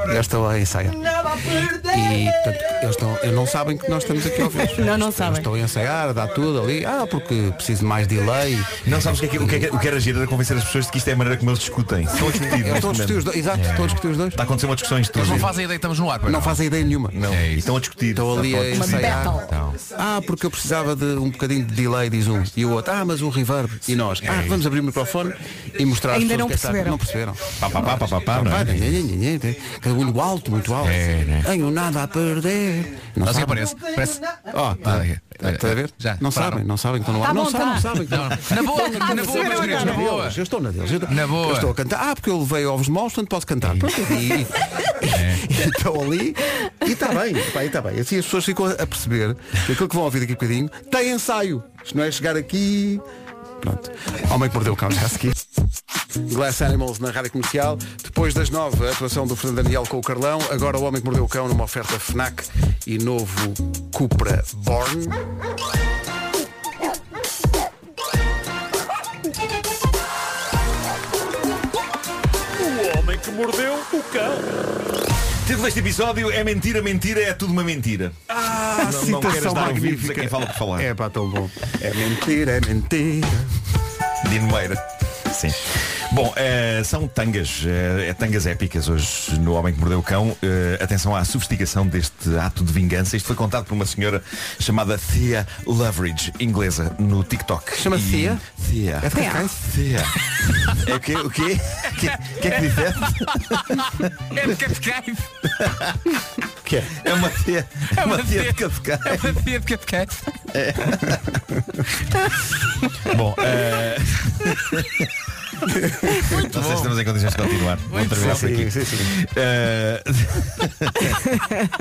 S2: Eles estão a ensaiar. E portanto, eles, estão, eles não sabem que nós estamos aqui ao vivo.
S3: Não, não
S2: Eles
S3: sabem.
S2: Estão a ensaiar, a dar tudo ali. Ah, porque preciso de mais delay.
S8: Não sabes o que, é que, o, que é que- o que era giro era convencer as pessoas de que isto é a maneira como eles discutem. Estão a
S2: Eles
S8: discutir. neste
S2: estão a discutir os
S8: momento.
S2: dois. Exato, estão a discutir os dois.
S8: Está a acontecer uma discussão isto
S7: Eles não fazem ideia que estamos no ar, pois
S2: Não fazem ideia nenhuma.
S8: Não.
S7: É
S8: E
S7: isso.
S8: estão a discutir.
S2: Estão ali a
S8: Estão
S2: ensaiar.
S3: battle.
S8: Então.
S2: Ah, porque eu precisava de um bocadinho de delay, diz um. E o outro, ah, mas um reverb. E nós, ah, vamos abrir o microfone e mostrar às
S3: Ainda
S2: pessoas
S3: não
S2: o que é que está-
S3: perceberam.
S2: Não perceberam.
S8: Pá, pá, pá, pá, pá, pá, não é?
S2: Muito alto, muito alto. Tenho nada a perder. Não
S7: Assim
S2: sabem.
S7: aparece. Parece...
S2: Ó, tá-
S7: olha, olha,
S2: tá a ver?
S7: É, já,
S2: não
S7: pararam.
S2: sabem, não sabem que estão no ar.
S3: Tá
S2: Não
S3: bom,
S2: sabem,
S3: tá.
S2: não sabem que estão no ar.
S7: Na boa, na boa, meus queridos, na boa.
S2: Eu estou na deles. Eu,
S7: Na boa.
S2: eu estou a cantar. Ah, porque eu levei ovos moles, portanto posso cantar. Pronto, e, e-
S7: É.
S2: e estão ali e está bem, pá, e está bem. Assim as pessoas ficam a perceber que aquilo que vão ouvir daqui a bocadinho tem ensaio. Isto não é chegar aqui. Pronto. Homem que mordeu o cão já a seguir. Glass Animals na Rádio Comercial. Depois das nove, a atuação do Fernando Daniel com o Carlão. Agora o Homem que Mordeu o Cão numa oferta FNAC e novo Cupra Born.
S8: Título deste episódio é mentira, mentira, é tudo uma mentira.
S2: Ah,
S8: não queres dar ouvidos a quem fala por falar.
S2: É pá, tão bom. É mentira, é mentira.
S8: Dino Meira. Sim. Bom, eh, são tangas, eh, é tangas épicas hoje no Homem que Mordeu o Cão. Eh, atenção à sofisticação deste ato de vingança. Isto foi contado por uma senhora chamada Thea Loveridge, inglesa, no TikTok.
S2: Chama-se
S8: E-
S2: Thea?
S8: Thea.
S2: É de Cascais?
S8: Thea. É o quê? O quê? O quê? O que é que disseste?
S7: É de Cascais.
S8: O quê? É uma Thea. É uma Thea de Cascais.
S7: É uma tia de Cascais. é.
S8: Bom, eh, não sei se estamos em condições de continuar. Vamos terminar por aqui.
S2: sim, sim.
S8: Eh,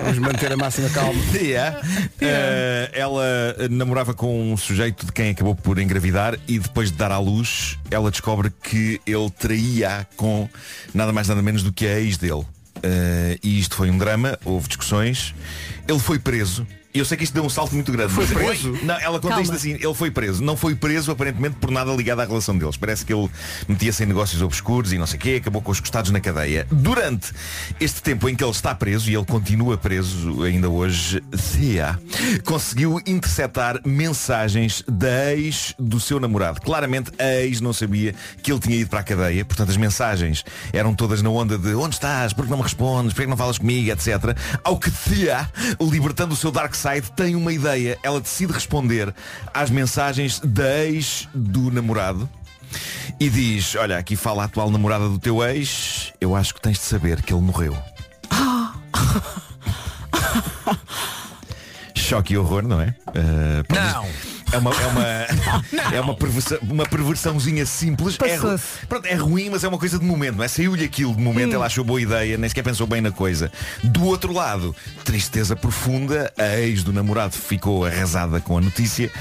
S2: Vamos manter a máxima calma.
S8: Yeah. Eh, ela namorava com um sujeito de quem acabou por engravidar e depois de dar à luz, ela descobre que ele traía com nada mais nada menos do que a ex dele. Eh, e isto foi um drama, houve discussões. Ele foi preso. E Eu sei que isto deu um salto muito grande. Foi
S2: preso?
S8: Não, ela conta
S3: Calma.
S8: isto assim, ele foi preso. Não foi preso aparentemente por nada ligado à relação deles. Parece que ele metia-se em negócios obscuros e não sei o quê, acabou com os costados na cadeia. Durante este tempo em que ele está preso, e ele continua preso ainda hoje, Thea conseguiu interceptar mensagens da ex do seu namorado. Claramente a ex não sabia que ele tinha ido para a cadeia, portanto as mensagens eram todas na onda de onde estás, porque não me respondes, porque não falas comigo, etc. Ao que Thea, libertando o seu dark side, tem uma ideia. Ela decide responder às mensagens da ex do namorado. E diz, olha, aqui fala a atual namorada do teu ex, eu acho que tens de saber que ele morreu. Choque e horror, não é? Eh, pronto,
S7: Não.
S8: É uma, é uma, é uma, perversão, uma perversãozinha simples. É, ru-
S3: Passou-se. Hum.
S8: pronto, é ruim, mas é uma coisa de momento, não é? Saiu-lhe aquilo de momento, ela achou boa ideia, nem sequer pensou bem na coisa. Do outro lado, tristeza profunda, a ex do namorado ficou arrasada com a notícia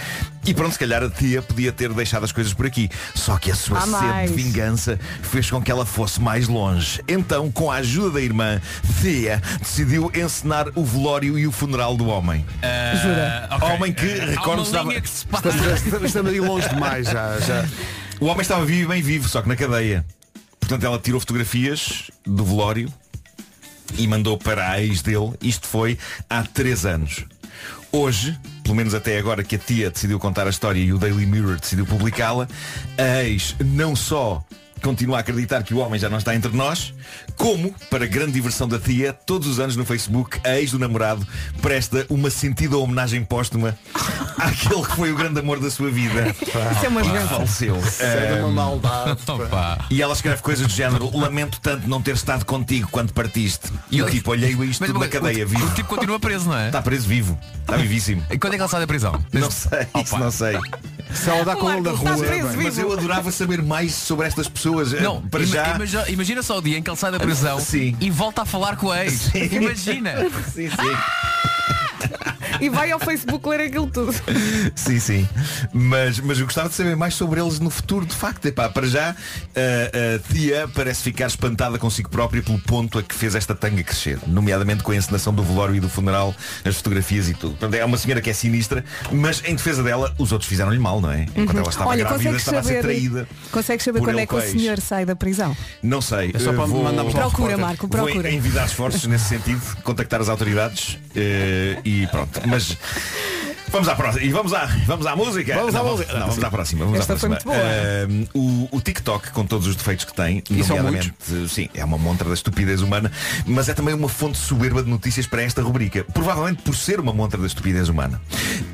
S8: e pronto, se calhar a tia podia ter deixado as coisas por aqui. Só que a sua
S3: Há mais.
S8: sede de vingança fez com que ela fosse mais longe. Então, com a ajuda da irmã, Thea decidiu encenar o velório e o funeral do homem.
S3: Jura?
S8: Homem que, recordo,
S7: Ah, Eh, Há uma
S8: estava-
S7: linha que se passa.
S2: Estamos, estamos ali longe demais já. já.
S8: O homem estava vivo e bem vivo, só que na cadeia. Portanto, ela tirou fotografias do velório e mandou para a ex dele. Isto foi há três anos. Hoje, pelo menos até agora que a tia decidiu contar a história e o Daily Mirror decidiu publicá-la, a ex não só continua a acreditar que o homem já não está entre nós, como, para grande diversão da tia, todos os anos no Facebook, a ex do namorado presta uma sentida homenagem póstuma àquele que foi o grande amor da sua vida.
S3: Isso é uma
S8: e que
S3: doença.
S8: faleceu.
S2: É de uma maldade.
S7: Opa.
S8: E ela escreve coisas do género Lamento tanto não ter estado contigo quando partiste E o tipo, olhei isto
S7: Mas
S8: tudo na
S7: o-
S8: cadeia
S7: o,
S8: vivo
S7: o tipo continua preso, não é?
S8: Está preso vivo, está vivíssimo
S7: E quando é que ele sai da prisão?
S8: Não sei,
S7: Opa.
S8: isso não sei
S2: Se ela dá com ele na
S3: Marco, está
S2: rua.
S3: preso
S2: bem.
S3: vivo.
S8: Mas eu adorava saber mais sobre estas pessoas Eh,
S7: Não,
S8: Para
S7: ima-
S8: já
S7: imagina, imagina só o dia em que ele sai da prisão
S8: Sim.
S7: e volta a falar com a ex. Imagina.
S8: Sim, sim,
S3: E vai ao Facebook ler aquilo tudo.
S8: sim, sim. Mas, mas eu gostava de saber mais sobre eles no futuro, de facto. Epá, para já, eh, a tia parece ficar espantada consigo própria pelo ponto a que fez esta tanga crescer, nomeadamente com a encenação do velório e do funeral, as fotografias e tudo. Portanto, é uma senhora que é sinistra, mas em defesa dela, os outros fizeram-lhe mal, não é? Enquanto ela estava
S3: Uhum. Olha,
S8: grávida,
S3: consegues
S8: estava a ser
S3: saber,
S8: traída.
S3: consegues saber
S8: por
S3: quando
S8: ele
S3: é que o
S8: ex.
S3: senhor sai da prisão?
S8: Não sei.
S2: É só para
S8: eh, vou-
S2: mandarmos lá o
S3: Procura,
S2: repórter.
S3: Marco, procura.
S8: Vou envidar esforços nesse sentido, contactar as autoridades eh, e pronto. Mas vamos à próxima. E vamos à, vamos à música.
S2: Vamos à
S8: Não,
S2: música.
S8: não, vamos à próxima. Vamos
S3: Esta
S8: à
S3: foi
S8: próxima.
S3: muito
S8: Eh, o, o TikTok, com todos os defeitos que tem,
S2: E são
S8: nomeadamente, sim, é uma montra da estupidez humana, mas é também uma fonte soberba de notícias para esta rubrica. Provavelmente por ser uma montra da estupidez humana.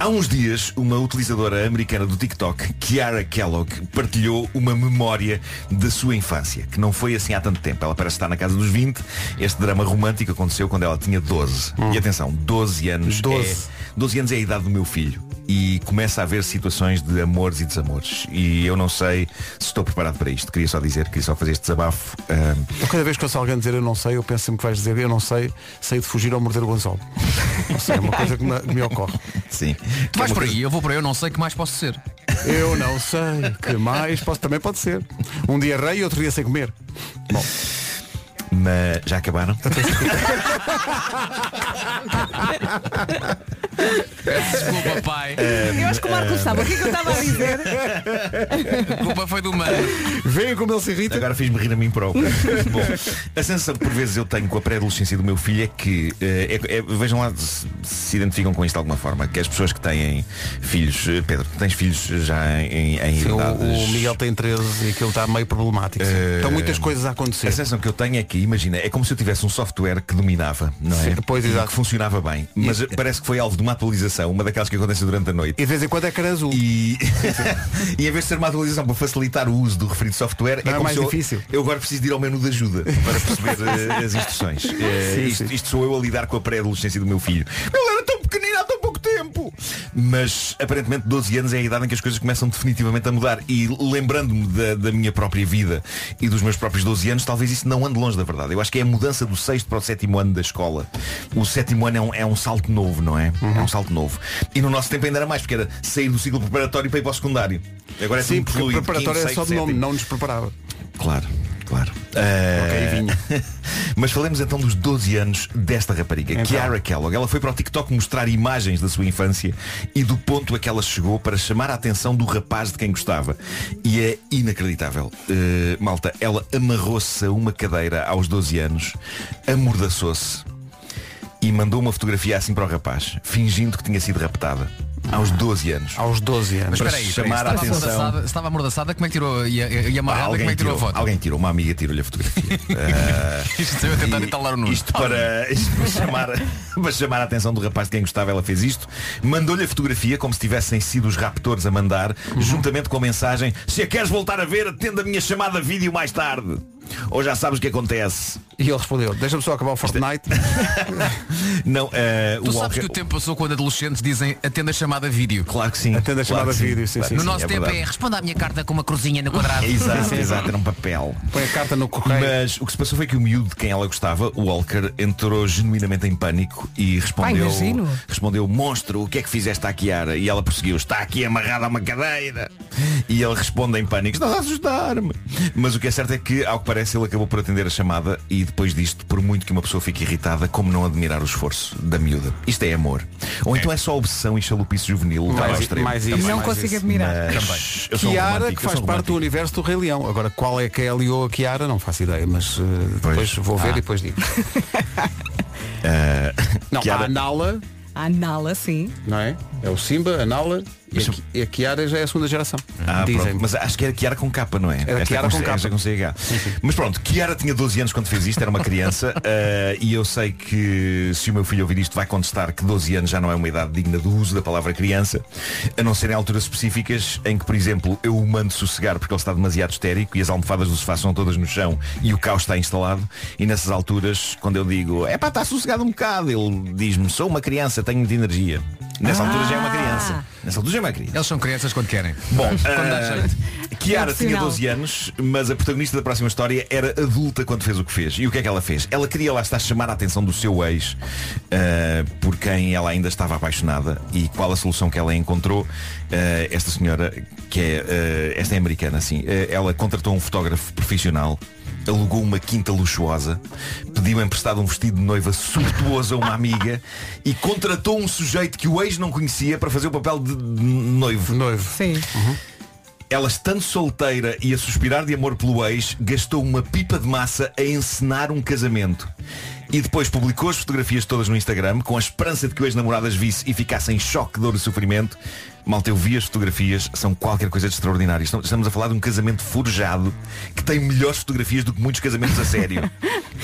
S8: Há uns dias, uma utilizadora americana do TikTok, Kiara Kellogg, partilhou uma memória da sua infância, que não foi assim há tanto tempo. Ela parece estar na casa dos 20. Este drama romântico aconteceu quando ela tinha 12. E atenção, 12 anos.
S2: 12.
S8: É, 12 anos é a idade do meu filho. E começa a haver situações de amores e desamores. E eu não sei se estou preparado para isto. Queria só dizer, queria só fazer este desabafo. ah, Ahm,
S2: Eu Cada vez que ouço alguém dizer eu não sei, eu penso sempre que vais dizer eu não sei, sei de fugir ou morder o Gonzalo. Não sei, é uma coisa que me, que me ocorre.
S8: Sim.
S7: Tu vais por aí, eu vou por aí, eu não sei o que mais posso ser.
S2: Eu não sei, que mais? Posso, também pode ser. Um dia rei e outro dia sem comer.
S8: Mas já acabaram?
S7: Desculpa, pai.
S8: Ah, É.
S3: Eu acho que o Marcos sabe o que é que eu estava a dizer.
S7: A culpa foi do mano.
S2: Veio como ele se irrita.
S8: Agora fiz-me rir a mim próprio. Bom, a sensação que por vezes eu tenho com a pré-adolescência do meu filho é que, eh, é- é- vejam lá se, se identificam com isto de alguma forma, que as pessoas que têm filhos, eh, Pedro, tu tens filhos já em, em
S2: Sim, o, o
S8: idades-
S2: Miguel tem 13 e aquilo está meio problemático. sim. Estão muitas coisas a acontecer.
S8: A sensação que eu tenho é que, imagina, é como se eu tivesse um software que dominava, não é?
S2: Sim, pois,
S8: E
S2: exato.
S8: que funcionava bem. Mas parece que foi alvo de uma atualização, uma daquelas que acontece durante a noite.
S2: E de vez em quando é cara azul.
S8: E, e em vez de ser uma atualização para facilitar o uso do referido software,
S2: Não, é
S8: é como
S2: mais
S8: se eu,
S2: difícil.
S8: eu agora preciso de ir ao menu de ajuda para perceber eh, as instruções. Eh,
S2: Sim,
S8: isto,
S2: sim.
S8: isto sou eu a lidar com a pré-adolescência do meu filho. Ele era tão pequenino há tão pouco tempo. Mas aparentemente 12 anos é a idade em que as coisas começam definitivamente a mudar. E lembrando-me da, da minha própria vida e dos meus próprios 12 anos, talvez isso não ande longe da verdade. Eu acho que é a mudança do sexto para o sétimo ano da escola. O sétimo ano é um, é um salto novo, não é?
S2: Uhum.
S8: É um salto novo. E no nosso tempo ainda era mais, porque era sair do ciclo preparatório para ir para o secundário. Agora é
S2: Sim,
S8: tudo
S2: porque o
S8: fluido.
S2: preparatório
S8: Quinto,
S2: é só
S8: sexto,
S2: de nome,
S8: sétimo.
S2: não é? nos preparava.
S8: Claro, claro. Eh,
S2: Ok, vinho.
S8: Mas falemos então dos 12 anos desta rapariga, Kiara Kellogg. Ela foi para o TikTok mostrar imagens da sua infância e do ponto a que ela chegou para chamar a atenção do rapaz de quem gostava. E é inacreditável. Eh, malta, ela amarrou-se a uma cadeira aos 12 anos, amordaçou-se e mandou uma fotografia assim para o rapaz, fingindo que tinha sido raptada. Aos 12 anos.
S2: Aos 12 anos.
S7: Mas
S8: Para
S7: espera aí, espera aí.
S8: chamar
S7: Se
S8: a
S7: estava
S8: atenção.
S7: amordaçada- se estava amordaçada, como é que tirou? E, e, e
S8: Pá,
S7: amarrada, como é que tirou a foto?
S8: alguém tirou, uma amiga tirou-lhe a fotografia. Ah,
S7: Isto eu a tentar
S8: E
S7: entalar o Nuno.
S8: Isto para, isto para chamar, para chamar a atenção do rapaz de quem gostava, ela fez isto. Mandou-lhe a fotografia como se tivessem sido os raptores a mandar,
S7: Uhum.
S8: juntamente com a mensagem, se a queres voltar a ver, atenda a minha chamada vídeo mais tarde. Ou já sabes o que acontece.
S2: E ele respondeu, deixa-me só acabar o
S8: é
S2: Fortnite.
S8: Não, eh,
S7: Tu sabes
S8: Walker-
S7: que o tempo passou quando adolescentes dizem atenda a chamada vídeo.
S8: Claro que sim.
S2: Atenda a
S8: claro
S2: chamada
S8: que sim,
S2: vídeo, sim,
S8: claro
S2: sim,
S8: que
S7: No nosso tempo é
S8: verdade. É
S7: responda à minha carta com uma cruzinha no quadrado.
S8: Exato, exato, era um papel.
S2: Põe a carta no correio.
S8: Mas o que se passou foi que o miúdo de quem ela gostava, o Walker, entrou genuinamente em pânico e respondeu,
S3: imagino.
S8: respondeu, monstro, o que é que fizeste à Kiara? E ela prosseguiu, está aqui amarrada a uma cadeira. E ele responde em pânico, estás a assustar-me. Mas o que é certo é que, ao que parece, ele acabou por atender a chamada e depois disto, por muito que uma pessoa fique irritada, como não admirar o esforço da miúda. Isto é amor. Ou então é só obsessão e chalupice juvenil. levado ao
S2: mais,
S8: extremo.
S2: mais isso.
S3: Não
S2: mais
S3: consigo
S2: isso.
S3: admirar.
S8: Mas eu sou um
S2: Kiara,
S8: romântico,
S2: que
S8: eu
S2: faz
S8: sou
S2: parte
S8: um
S2: do
S8: romântico.
S2: universo do Rei Leão. Agora, qual é que é a Leo a Kiara? Não faço ideia, mas eh, depois vou ver
S8: Ah. Eh,
S2: e depois digo. não,
S8: Kiara-
S2: há a Nala,
S3: A Nala, sim.
S2: não é? É o Simba, a Nala e a, Ki- e a Kiara já é a segunda geração.
S8: Ah,
S2: Dizem.
S8: pronto. Mas acho que era Kiara com capa, não é?
S2: Era
S8: Esta é
S2: Kiara com
S8: C- esta é
S2: capa.
S8: com CH. Mas pronto, Kiara tinha 12 anos quando fez isto, era uma criança, eh, e eu sei que se o meu filho ouvir isto vai contestar que 12 anos já não é uma idade digna do uso da palavra criança, a não ser em alturas específicas em que, por exemplo, eu o mando sossegar porque ele está demasiado histérico e as almofadas do sofá são todas no chão e o caos está instalado, e nessas alturas, quando eu digo, é pá, está sossegado um bocado, ele diz-me, sou uma criança, tenho muita energia. Nessa
S2: Ah!
S8: altura já é uma criança. Nessa altura já é uma criança.
S7: Eles são crianças quando querem.
S8: Bom,
S7: Quando dá
S8: ah,
S7: jeito.
S8: Kiara
S3: É um
S8: tinha
S3: sinal.
S8: 12 anos, mas a protagonista da próxima história era adulta quando fez o que fez. E o que é que ela fez? Ela queria lá estar chamar a atenção do seu ex, ah, por quem ela ainda estava apaixonada. E qual a solução que ela encontrou? Ah, esta senhora, que é, ah, esta é americana, assim, ah, ela contratou um fotógrafo profissional. Alugou uma quinta luxuosa, pediu emprestado um vestido de noiva suntuoso a uma amiga e contratou um sujeito que o ex não conhecia para fazer o papel de de noivo.
S2: Noivo.
S3: Sim.
S8: Ela estando solteira e a suspirar de amor pelo ex, gastou uma pipa de massa a encenar um casamento. E depois publicou as fotografias todas no Instagram, com a esperança de que o ex-namorado as visse e ficasse em choque, dor e sofrimento. Malta, eu vi as fotografias, são qualquer coisa de extraordinário. Estamos- Estamos a falar de um casamento forjado que tem melhores fotografias do que muitos casamentos a sério.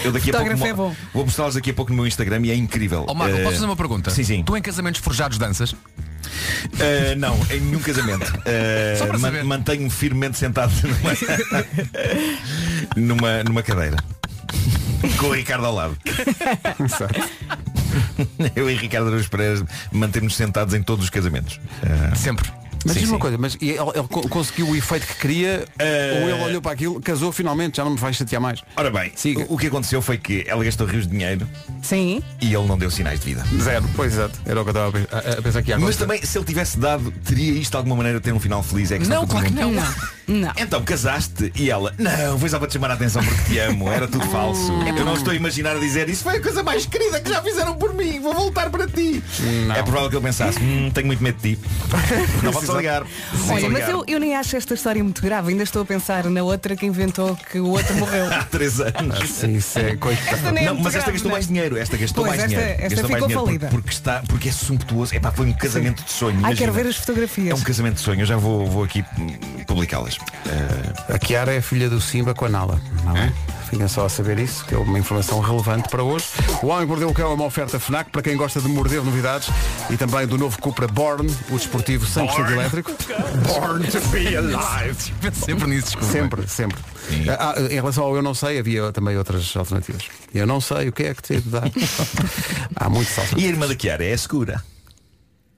S8: Eu daqui a pouco
S3: Fotógrafo
S8: mo-
S3: é bom.
S8: vou mostrá-las daqui a pouco no meu Instagram e é incrível.
S7: Ó Marco,
S8: Eh,
S7: posso fazer uma pergunta?
S8: Sim, sim.
S7: Tu em casamentos forjados danças?
S8: Uh, não, em nenhum casamento. Uh,
S7: Só para
S8: man-
S7: saber.
S8: Mantenho-me firmemente sentado numa, numa, numa cadeira. Com o Ricardo ao lado. Eu e Ricardo Araújo Pereira mantemos-nos sentados em todos os casamentos. Uh,
S7: Sempre.
S2: Mas
S8: Sim,
S2: diz uma
S8: sim.
S2: coisa, mas e ele, ele co- conseguiu o efeito que queria ou ele olhou para aquilo, casou finalmente, já não me vai chatear mais.
S8: Ora bem, o o que aconteceu foi que ela gastou rios de dinheiro
S3: Sim.
S8: e ele não deu sinais de vida.
S2: Zero, pois exato. Era o que eu estava a- a- a pensar que ia
S8: Mas
S2: acontecer.
S8: também, se ele tivesse dado, teria isto de alguma maneira de ter um final feliz? É que
S7: Não, claro que não.
S3: Não.
S8: Então casaste e ela, não, foi só para te chamar a atenção porque te amo, era
S3: Ah,
S8: tudo
S3: é
S8: falso. Eu não estou a imaginar a dizer isso, foi a coisa mais querida que já fizeram por mim, vou voltar para ti. É provável que ele pensasse, hum, tenho muito medo de ti. não posso ligar. Não posso
S3: Olha, mas
S8: ligar.
S3: eu, eu nem acho esta história muito grave. Ainda estou a pensar na outra que inventou que o outro morreu.
S8: Há três anos.
S2: Sim, isso é
S3: Esta
S2: coitado.
S3: nem é
S8: Não,
S3: muito
S8: mas esta
S3: grave,
S8: gastou
S3: não é?
S8: mais dinheiro, esta gastou
S3: Pois,
S8: mais
S3: esta-
S8: dinheiro.
S3: esta
S8: gastou mais
S3: ficou
S8: dinheiro por-
S3: falida.
S8: Porque, está, porque é sumptuoso. Epá, foi um casamento de sonho.
S3: Ai,
S8: imagina.
S3: quero ver as fotografias.
S8: É um casamento de sonho, eu já vou, vou aqui hum, publicá-las. Eh,
S2: A Kiara é a filha do Simba com a Nala. Não é? Fiquem só a saber isso, que é uma informação relevante para hoje. O Homem que Mordeu o Cão é uma oferta FNAC para quem gosta de morder novidades e também do novo Cupra Born, o desportivo 100% elétrico. Born to be alive.
S7: Penso sempre nisso, desculpa.
S2: Sempre, sempre. Ah, ah, em relação ao eu não sei, havia também outras alternativas. Eu não sei o que é que te dá. Há muitas
S8: E
S2: alternativas.
S8: a irmã da Chiara é a escura.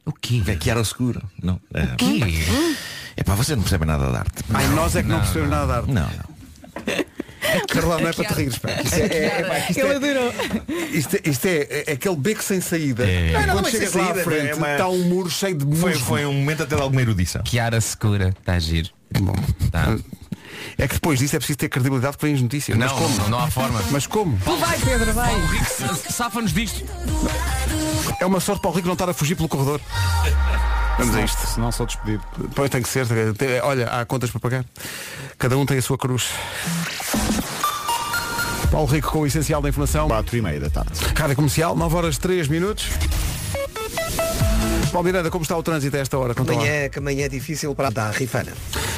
S7: O quê?
S8: É Chiara escura. Não. O Epá, você não percebe nada de arte.
S2: Ai, nós é que não, percebemos nada de arte.
S8: Não, não.
S2: Carla, não é para te rires, pá. Isto é, é- é pá, isto é-
S3: Ele adorou.
S2: Isto, é- isto é, é aquele beco sem saída.
S8: Não é nada
S2: Quando
S8: beco
S2: chegas
S8: sem
S2: lá à
S8: saída,
S2: frente,
S8: é uma-
S2: está um muro cheio de
S8: Foi,
S2: musgo.
S8: foi um momento até de alguma erudição.
S7: Chiara Segura. Está a giro.
S2: Bom,
S7: Tá.
S2: É que depois disto é preciso ter credibilidade que vem as notícias. Mas
S7: Não,
S2: como?
S7: não, não há forma.
S2: Mas como?
S3: Tu vai, Pedro, vai.
S7: O Rico sa- safa-nos disto.
S2: É uma sorte para o Rico não estar a fugir pelo corredor. Vamos a isto.
S6: Se não, só despedido.
S2: Pois tem que ser. Tem- Olha, há contas para pagar. Cada um tem a sua cruz. Paulo Rico com o essencial da informação.
S6: 4 e meia da tarde.
S2: Rádio Comercial, 9 horas 3 minutos. Paulo Miranda, como está o trânsito a esta hora? Conta lá.
S1: Amanhã, que amanhã é difícil para dar a rifana.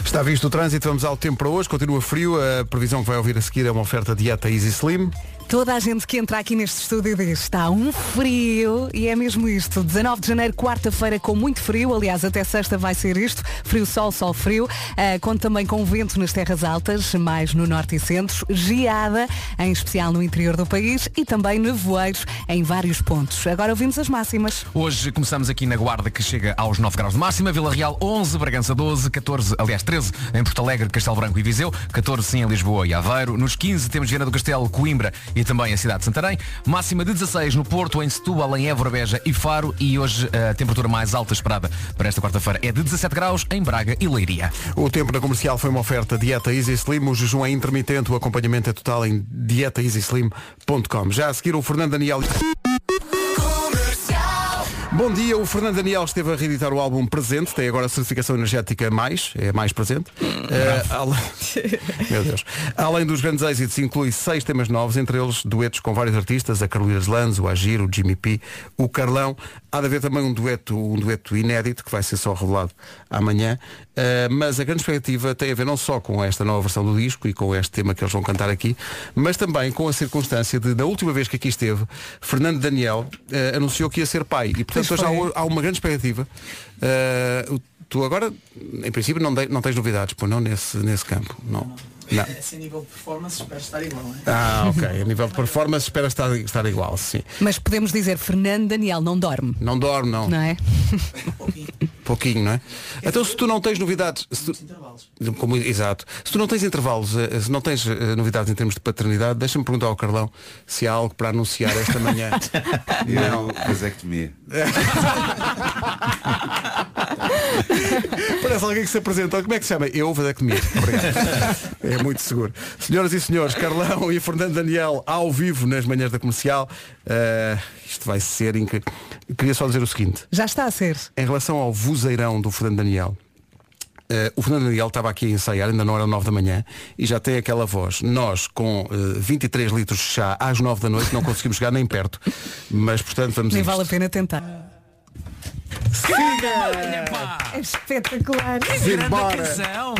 S2: Está visto o trânsito, vamos ao tempo para hoje. Continua frio. A previsão que vai ouvir a seguir é uma oferta dieta Easy Slim.
S3: Toda a gente que entra aqui neste estúdio diz está um frio e é mesmo isto. 19 de janeiro, quarta-feira com muito frio, aliás até sexta vai ser isto, frio, sol, sol, frio. Ah, conto também com vento nas terras altas, mais no norte e centro, geada, em especial no interior do país e também nevoeiros em vários pontos. Agora ouvimos as máximas.
S7: Hoje começamos aqui na Guarda, que chega aos 9 graus de máxima. Vila Real 11, Bragança 12, 14, aliás 13 em Porto Alegre, Castelo Branco e Viseu. 14 sim em Lisboa e Aveiro. Nos 15 temos Viana do Castelo, Coimbra e também a cidade de Santarém. Máxima de 16 no Porto, em Setúbal, em Évora, Beja e Faro. E hoje a temperatura mais alta esperada para esta quarta-feira é de 17 graus em Braga e Leiria.
S2: O tempo na comercial foi uma oferta dieta Easy Slim. O jejum é intermitente, o acompanhamento é total em dietaeasyslim.com. Já a seguir o Fernando Daniel. Bom dia, o Fernando Daniel esteve a reeditar o álbum Presente, tem agora a certificação energética mais, é mais presente. Eh, ale- Meu Deus. Além dos grandes êxitos, inclui seis temas novos, entre eles duetos com vários artistas, a Carolina Lanz, o Agir, o Jimmy P, o Carlão. Há de haver também um dueto, um dueto inédito, que vai ser só revelado amanhã. Eh, mas a grande expectativa tem a ver não só com esta nova versão do disco e com este tema que eles vão cantar aqui, mas também com a circunstância de, da última vez que aqui esteve, Fernando Daniel eh, anunciou que ia ser pai. E, portanto, hoje há,
S3: foi.
S2: o- há uma grande expectativa. Eh, o- tu agora, em princípio, não, de- não tens novidades, pô, não nesse, nesse campo. Não. Não.
S9: Assim, nível de performance, espero estar igual, é? hein?
S2: Ah, ok. A nível de performance espera estar, estar igual, sim.
S3: Mas podemos dizer, Fernando Daniel não dorme,
S2: Não dorme, não.
S3: não é?
S2: Pouquinho, não é? Então se tu não tens novidades. se tu- Como- exato. Se tu não tens intervalos, eh, se não tens eh, novidades em termos de paternidade, deixa-me perguntar ao Carlão se há algo para anunciar esta manhã.
S6: Eu, vasectomia.
S2: Parece alguém que se apresenta. Como é que se chama? Eu vou fazer comigo. Obrigado. É muito seguro. Senhoras e senhores, Carlão e Fernando Daniel ao vivo nas manhãs da comercial. Eh, isto vai ser incrível. Queria só dizer o seguinte.
S3: Já está a ser.
S2: Em relação ao vozeirão do Fernando Daniel, eh, o Fernando Daniel estava aqui a ensaiar, ainda não eram 9 da manhã, e já tem aquela voz. Nós, com eh, 23 litros de chá às 9 da noite, não conseguimos chegar nem perto. Mas, portanto, vamos a
S3: Nem
S2: isto.
S3: vale a pena tentar. É espetacular.
S2: Embora.
S7: canção!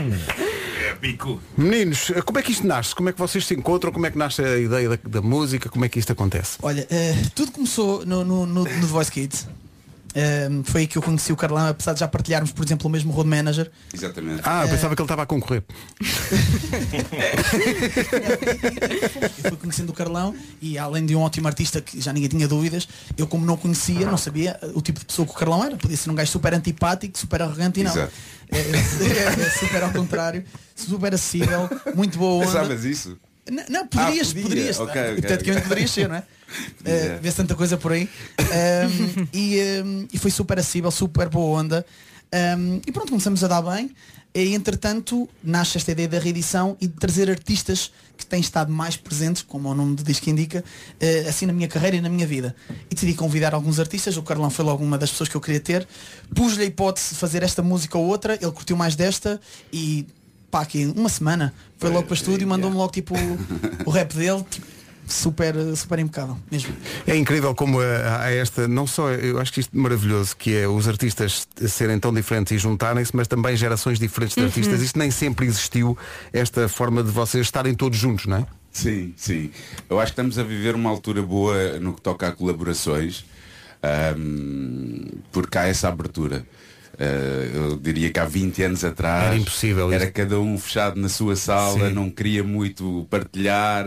S8: É Pico.
S2: Meninos, eh, como é que isto nasce? Como é que vocês se encontram? Como é que nasce a ideia da, da música? Como é que isto acontece?
S9: Olha, eh, tudo começou no, no, no, no The Voice Kids.
S11: Ahm, Ehm, foi aí que eu conheci o Carlão, apesar de já partilharmos, por exemplo, o mesmo road manager.
S6: Exatamente.
S2: Ah, eu pensava que ele estava a concorrer.
S11: eu fui conhecendo o Carlão e além de um ótimo artista que já ninguém tinha dúvidas, eu como não conhecia, não sabia o tipo de pessoa que o Carlão era. Podia ser um gajo super antipático, super arrogante e não.
S6: Exato.
S11: É, é, é super ao contrário, super acessível, muito boa onda.
S6: Pensavas isso?
S11: N- Não, poderias,
S6: Ah, podia.
S11: poderias.
S6: Ok, ok,
S11: Hipoteticamente
S6: ok.
S11: poderias ser, não é?
S6: Podia.
S11: Uh, Vê-se tanta coisa por aí. Um, e, um, e foi super acessível, super boa onda. Um, e pronto, começamos a dar bem. E entretanto nasce esta ideia da reedição e de trazer artistas que têm estado mais presentes, como o nome do disco indica, eh, assim na minha carreira e na minha vida. E decidi convidar alguns artistas, o Carlão foi logo uma das pessoas que eu queria ter. Pus-lhe a hipótese de fazer esta música ou outra, ele curtiu mais desta e pá, aqui uma semana foi logo para o estúdio e mandou-me logo tipo o rap dele, tipo, super, super impecável mesmo.
S2: É incrível como a, a esta, não só, eu acho que isto é maravilhoso, que é os artistas serem tão diferentes e juntarem-se, mas também gerações diferentes de
S6: Uhum.
S2: artistas. Isto nem sempre existiu, esta forma de vocês estarem todos juntos, não é?
S6: Sim, sim. Eu acho que estamos a viver uma altura boa no que toca a colaborações, ahm, porque há essa abertura. Ah, eu diria que há 20 anos atrás
S2: Era impossível
S6: era
S2: isso.
S6: cada um fechado na sua sala,
S2: Sim.
S6: não queria muito partilhar,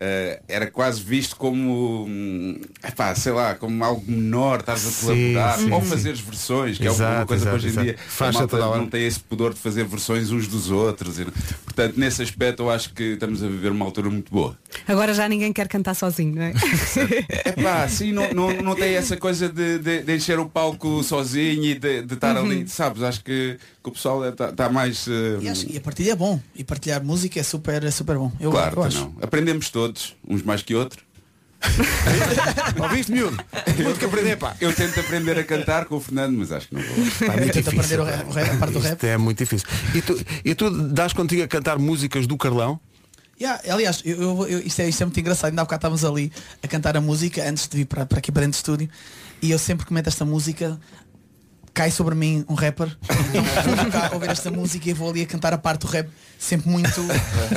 S6: ah, era quase visto como, hum, epá, sei lá, como algo menor, estás a
S2: Sim,
S6: colaborar,
S2: sim,
S6: ou
S2: sim.
S6: fazeres versões, que é uma
S2: Exato,
S6: coisa que hoje em
S2: exato,
S6: dia
S2: exato.
S6: a
S2: Faixa
S6: malta
S2: toda hora.
S6: não tem esse pudor de fazer versões uns dos outros. e- Portanto, nesse aspecto eu acho que estamos a viver uma altura muito boa.
S3: Agora já ninguém quer cantar sozinho, não é?
S6: Epá, sim, não, não, não tem essa coisa de, de, de encher o palco sozinho e de, de estar ali, sabes? Acho que, que o pessoal está mais. eh,
S11: Uhum. E, acho, e a partilha é bom. E partilhar música é super, é super bom. Eu,
S6: claro,
S11: eu
S6: tá
S11: acho.
S6: não. Aprendemos todos, uns mais que outros.
S2: Ouviste, miúdo? Muito que aprender, pá.
S6: Eu tento aprender a cantar com o Fernando, mas acho que não vou.
S2: Pá, é muito
S11: Tenta
S2: difícil,
S11: aprender o
S2: pá.
S11: rap- o rap- a parte do
S2: Isto
S11: rap.
S2: É muito difícil. E tu, e tu dás contigo a cantar músicas do Carlão?
S11: Yeah, aliás, eu, eu, eu- isto, é, isto é muito engraçado. Ainda há bocado estávamos ali a cantar a música antes de vir para, para aqui para dentro do estúdio. E eu sempre comento esta música. Cai sobre mim um rapper. Então vou cá ouvir esta música e vou ali a cantar a parte do rap. Sempre muito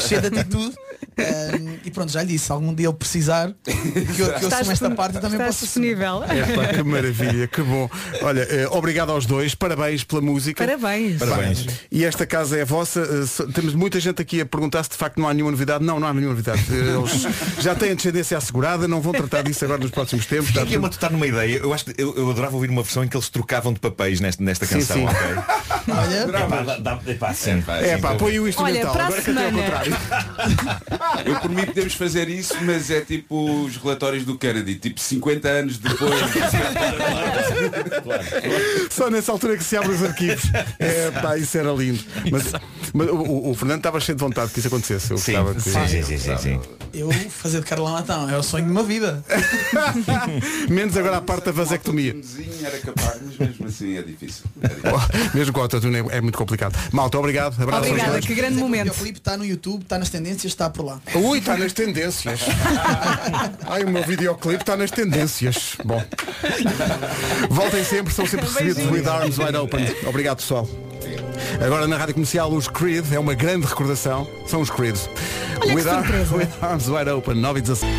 S11: cheio de atitude. Ahm, e pronto, já lhe disse, se algum dia ele precisar que eu, que eu
S3: Estás
S11: assuma esta
S3: disponível.
S11: parte, eu também
S3: Estás
S11: posso disponível.
S2: É, pá, que maravilha, que bom. Olha, eh, obrigado aos dois, parabéns pela música.
S3: Parabéns.
S2: Parabéns. E esta casa é vossa. eh, so- Temos muita gente aqui a perguntar se de facto não há nenhuma novidade. Não, não há nenhuma novidade. Eh, Eles já têm a descendência assegurada, não vão tratar disso agora nos próximos tempos. Está
S8: Fiquei aqui a
S2: tudo-
S8: matutar tá numa ideia. Eu acho que eu, eu adorava ouvir uma versão em que eles trocavam de papéis nesta, nesta
S2: Sim,
S8: canção.
S2: sim.
S8: ok?
S11: Olha,
S8: Epá, dá- dá- epá, sim.
S2: É pá, põe o
S3: Olha,
S2: instrumental.
S3: para
S2: agora
S3: a
S2: que até ao
S3: semana.
S2: contrário.
S6: Eu por mim podemos fazer isso, mas é tipo os relatórios do Kennedy, tipo 50 anos depois.
S2: Só nessa altura que se abrem os arquivos. É, pá, isso era lindo. Mas, mas o- o, o Fernando estava cheio de vontade que isso acontecesse. Eu
S8: Sim,
S2: gostava que-
S8: sim, sim, sim, sim, sim.
S11: eu fazer de Carlão Latão é o sonho de uma vida.
S2: Menos agora a parte da vasectomia.
S6: Sim, era capaz, mas mesmo assim é difícil.
S2: Mesmo com a autotune é é muito complicado. Malta, obrigado. Abraço aos
S3: Obrigada,
S2: dois.
S3: que grande
S11: é O
S3: momento.
S11: videoclipe está no YouTube, está nas tendências, está por lá.
S2: Ui, está nas tendências. Ai, o meu videoclipe está nas tendências. Bom. Voltem sempre, são sempre recebidos with arms wide open. Obrigado, pessoal. Agora na Rádio Comercial os Creed, é uma grande recordação. São os Creed.
S3: que
S2: With, ar-
S3: surpresa.
S2: with arms wide open, 9 e 16.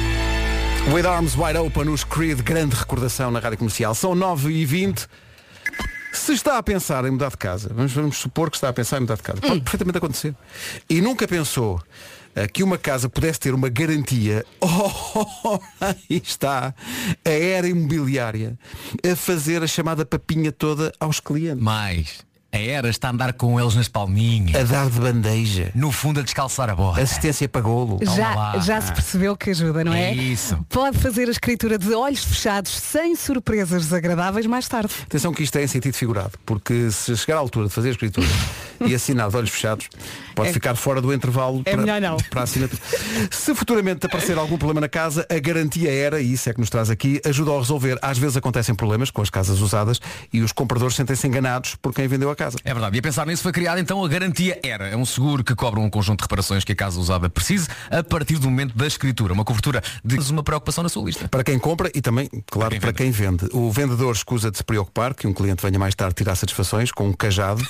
S2: With arms wide open, os Creed, grande recordação na Rádio Comercial. São 9 e 20. Se está a pensar em mudar de casa, vamos, vamos supor que está a pensar em mudar de casa, pode perfeitamente acontecer. E nunca pensou eh, que uma casa pudesse ter uma garantia. Oh, aí está a era imobiliária a fazer a chamada papinha toda aos clientes.
S7: Mais. A era está a andar com eles nas palminhas.
S2: A dar de bandeja.
S7: No fundo a descalçar a borda.
S2: Assistência para golo.
S7: lá.
S3: Já, já se percebeu que ajuda, não é?
S7: É isso.
S3: Pode fazer a escritura de olhos fechados, sem surpresas desagradáveis mais tarde.
S2: Atenção que isto é em sentido figurado, porque se chegar à altura de fazer a escritura e assinar de olhos fechados, pode ficar fora do intervalo
S3: É melhor não.
S2: para a assinatura. Se futuramente aparecer algum problema na casa, a garantia era, e isso é que nos traz aqui, ajuda a resolver. Às vezes acontecem problemas com as casas usadas e os compradores sentem-se enganados por quem vendeu a casa.
S7: É verdade. E a pensar nisso foi criada então a garantia ERA. É um seguro que cobra um conjunto de reparações que a casa usada precise a partir do momento da escritura. Uma cobertura de uma preocupação na sua lista.
S2: Para quem compra e também, claro, para quem vende. O vendedor escusa de se preocupar que um cliente venha mais tarde tirar satisfações com um cajado.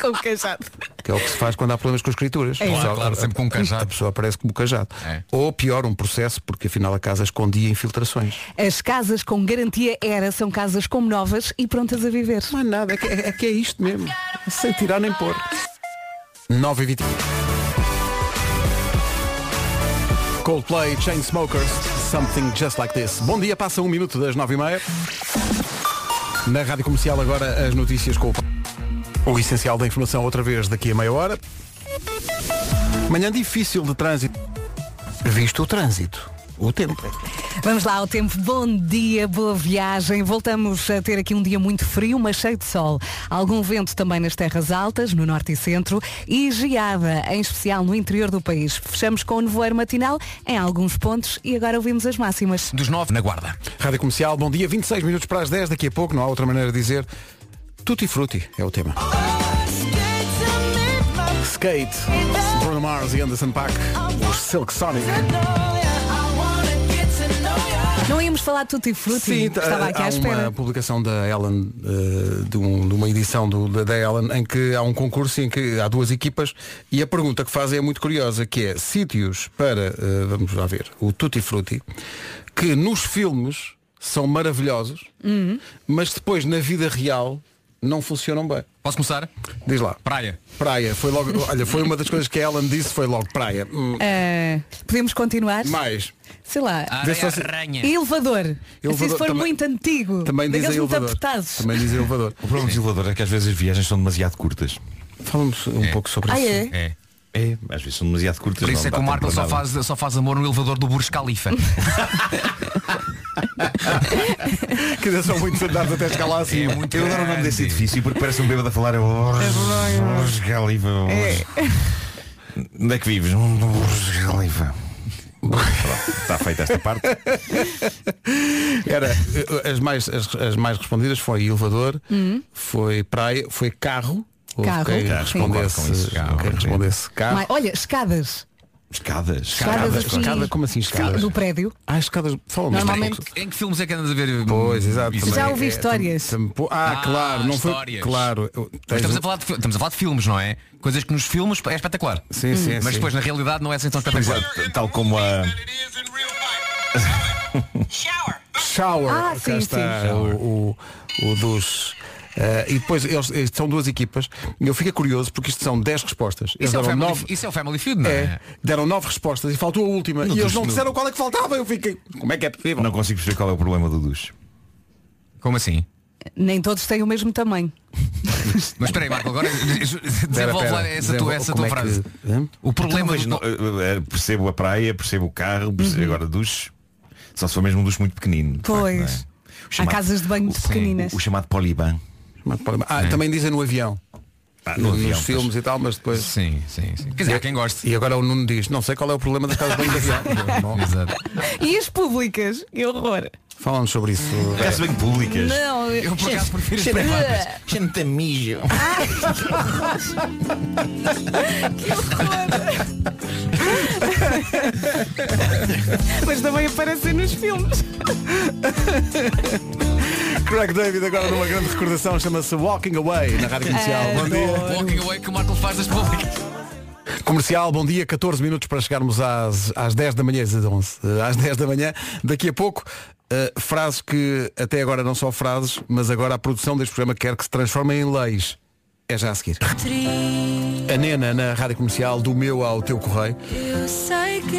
S3: com o cajado.
S2: Que é o que se faz quando há problemas com as escrituras.
S7: É isso. Claro, claro, sempre com um cajado. É.
S2: A pessoa aparece com um cajado. Ou pior, um processo, porque afinal a casa escondia infiltrações.
S3: As casas com garantia era são casas como novas e prontas a viver.
S2: Não é nada, é que é, isto mesmo. Sem tirar nem pôr. 9 e um. 20 Coldplay, Chainsmokers, Something Just Like This. Bom dia, passa um minuto das 9 e meia. Na Rádio Comercial agora as notícias com o... o essencial da informação outra vez daqui a meia hora. Manhã difícil de trânsito. Visto o trânsito, o tempo.
S3: Vamos lá ao tempo. Bom dia, boa viagem. Voltamos a ter aqui um dia muito frio, mas cheio de sol. Algum vento também nas terras altas, no norte e centro, e geada, em especial no interior do país. Fechamos com o nevoeiro matinal em alguns pontos e agora ouvimos as máximas.
S7: Dos 9 na guarda.
S2: Rádio Comercial, bom dia, 26 minutos para as 10, daqui a pouco, não há outra maneira de dizer. Tutti Frutti é o tema. Skate, Bruno Mars e Anderson Paak, os Silk Sonic.
S3: Não íamos falar de tutti frutti?
S2: tá-
S3: Estava aqui
S2: há
S3: à
S2: uma
S3: espera.
S2: publicação da Ellen, eh, de, um- de uma edição do- da, da Ellen, em que há um concurso em que há duas equipas e a pergunta que fazem é muito curiosa, que é sítios para, eh, vamos lá ver, o Tutti Frutti, que nos filmes são maravilhosos,
S3: Uhum.
S2: mas depois na vida real não funcionam bem.
S7: Posso começar?
S2: Diz lá.
S7: Praia.
S2: Praia, foi logo, olha, foi uma das coisas que a Ellen disse, foi logo praia. Hum,
S3: Ah, podemos continuar?
S2: Mais.
S3: Sei lá.
S2: Vê se você-
S3: Elevador. Assim
S2: Elevador
S3: Se isso for
S2: também-
S3: muito antigo.
S2: Também diz
S3: daqueles muito
S2: elevador.
S3: apertados.
S2: Também diz elevador.
S8: O problema do elevador é que às vezes as viagens são demasiado curtas.
S2: Falamos um pouco sobre
S3: Ah,
S2: isso.
S3: é?
S7: É.
S8: É, às vezes são demasiado curtas.
S7: Por
S2: tá
S7: isso
S8: não
S7: é que
S8: dá
S7: o
S8: tempo
S7: Marco
S8: para
S7: só
S8: nada.
S7: faz, só faz amor no elevador do Burj Khalifa.
S2: Que ainda são muitos andares até escalar assim.
S7: É muito
S8: Eu adoro o nome desse edifício porque parece um bêbado a falar. Burj Khalifa. Onde é que vives? Burj Khalifa. Está feita esta parte.
S2: Era, eh, as mais, as, as mais respondidas foi elevador, foi praia, foi carro. Houve
S3: Hum. Carro.
S2: Quem
S3: Carro, sim.
S2: respondesse
S8: Concordo com isso. Carro,
S2: quem
S8: sim.
S2: respondesse carro.
S3: Mas, olha, escadas.
S8: Escadas.
S3: Escadas, assim,
S2: escada, como assim escadas?
S3: Do prédio.
S2: Ah, escadas, fala
S3: Normalmente-
S7: Em que filmes é que andas a ver?
S2: Pois, exato.
S7: Isso.
S2: também.
S3: Já ouvi
S2: É,
S3: histórias.
S2: tam- tam- ah,
S7: Ah,
S2: claro, não foi.
S7: histórias.
S2: Claro. eu-
S7: Mas
S2: tens
S7: estamos,
S2: um-
S7: a falar de, fi- estamos a falar de filmes, não é? Coisas que nos filmes é espetacular.
S3: Hum.
S2: Sim, sim, sim.
S7: Mas depois na realidade não é assim tão espetacular.
S8: Exato, Tal como a.
S2: Shower.
S3: Ah,
S2: cá
S3: sim,
S2: está
S3: sim.
S2: O, o, o dos. eh, e depois eles, eles são duas equipas. Eu fico curioso porque isto são 10 respostas. Eles
S7: Isso é, o
S2: deram
S7: family,
S2: nove-
S7: isso é o family Feud, não é?
S2: É, deram nove respostas e faltou a última. e eles não disseram qual é que faltava. Eu fiquei. Como é que é possível?
S8: Não consigo perceber qual é o problema do duche.
S7: Como assim?
S3: Nem todos têm o mesmo tamanho.
S7: Mas espera aí, Marco, agora desenvolve lá essa tua, essa
S2: é
S7: tua frase.
S2: Então,
S7: O problema
S8: Pois,
S7: do-
S8: não, eh, eh, percebo a praia, percebo o carro, percebo agora duche. Só se for mesmo um duche muito pequenino. de facto,
S3: Pois.
S8: não é? O chamado-
S3: Há casas de banho muito
S8: o-
S3: pequeninas.
S8: O, o chamado poliban.
S2: Ah, também dizem no avião.
S8: Ah,
S2: no-
S8: avião,
S2: nos
S8: pois.
S2: filmes e tal, mas depois.
S7: Sim, sim, sim. Quer dizer, há quem goste.
S2: E agora o Nuno diz, não sei qual é o problema das casas bem do avião. Bom,
S7: Exato.
S3: E as públicas? Que horror.
S2: Falamos sobre isso.
S8: Casas bem públicas.
S3: Não,
S7: Eu por acaso prefiro as privadas.
S8: Chantamijo.
S3: mas também aparecem nos filmes.
S2: Craig David agora numa grande recordação chama-se Walking Away na Rádio Comercial. Bom
S7: um
S2: dia.
S7: Walking away é que o Marco faz das públicas.
S2: Comercial, bom dia, 14 minutos para chegarmos às, às 10 da manhã, às 11, eh, às 10 da manhã, daqui a pouco, eh, frases que até agora não são frases, mas agora a produção deste programa quer que se transformem em leis. É já a seguir. A Nena na Rádio Comercial, do meu ao teu correio.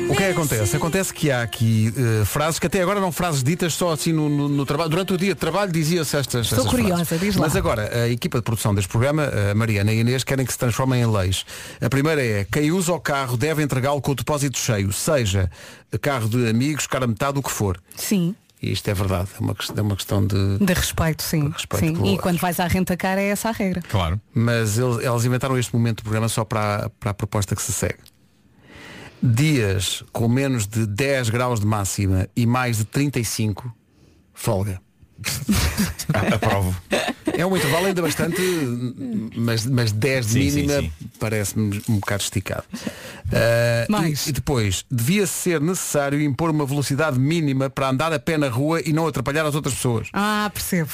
S2: O que é que acontece? Acontece que há aqui eh, frases que até agora não frases ditas só assim no, no- no trabalho. Durante o dia de trabalho dizia-se estas,
S3: Estou
S2: essas
S3: curiosa,
S2: frases.
S3: diz lá.
S2: Mas agora, a equipa de produção deste programa, a Mariana e a Inês, querem que se transformem em leis. A primeira é, quem usa o carro deve entregá-lo com o depósito cheio, seja carro de amigos, cara metade, o que for.
S3: Sim.
S2: E isto é verdade, é uma, quest- é uma questão de...
S3: De respeito, sim.
S2: Respeito
S3: sim.
S2: pelo-
S3: E quando vais à renta cara é essa a regra.
S7: Claro.
S2: Mas eles, elas inventaram este momento do programa só para, para a proposta que se segue. Dias com menos de 10 graus de máxima e mais de 35, folga.
S8: Aprovo.
S2: É um intervalo ainda bastante, mas, mas 10 de
S8: Sim, sim,
S2: mínima
S8: sim.
S2: parece-me um bocado esticado. Ah,
S3: Mais.
S2: E, e depois, devia ser necessário impor uma velocidade mínima para andar a pé na rua e não atrapalhar as outras pessoas.
S3: Ah, percebo.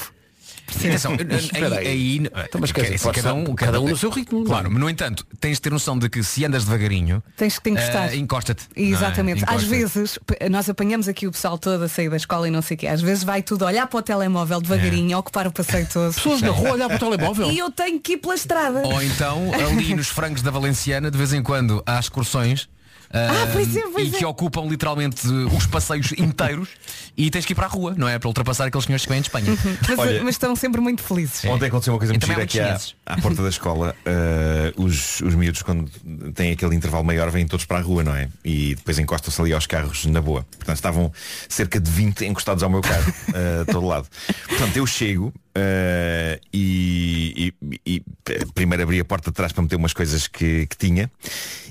S7: Sim. Atenção,
S2: Espera
S7: aí,
S2: aí.
S7: aí,
S2: Então, mas quer
S7: quer
S2: dizer,
S7: dizer,
S2: pode
S7: cada
S2: ser-
S7: um,
S2: cada um no seu ritmo.
S7: Claro, mas no entanto, tens de ter noção de que se andas devagarinho,
S3: Tens que te encostar.
S7: eh, encosta-te. não é?
S3: Exatamente. Às
S7: Encosta-te.
S3: vezes, p- nós apanhamos aqui o pessoal todo a sair da escola e não sei o quê. Às vezes vai tudo olhar para o telemóvel devagarinho, ocupar o passeio todo.
S2: Pessoas na rua a olhar para o telemóvel?
S3: E eu tenho que ir pela estrada.
S7: Ou então, ali nos frangos da Valenciana, de vez em quando, há excursões. ah,
S3: pois é, pois
S7: e
S3: é.
S7: que ocupam literalmente os passeios inteiros e tens que ir para a rua, não é? Para ultrapassar aqueles senhores que vêm de Espanha.
S3: Mas,
S8: Olha-
S3: mas estão sempre muito felizes.
S8: Ontem aconteceu uma coisa
S7: E
S8: muito
S7: também há
S8: gira que
S7: muitos
S8: à,
S7: chineses.
S8: à porta da escola eh, os, os miúdos quando têm aquele intervalo maior vêm todos para a rua, não é? E depois encostam-se ali aos carros na boa. Portanto estavam cerca de 20 encostados ao meu carro, eh, todo lado. Portanto eu chego eh, e, e- e, eh, primeiro abri a porta de trás para meter umas coisas que, que tinha.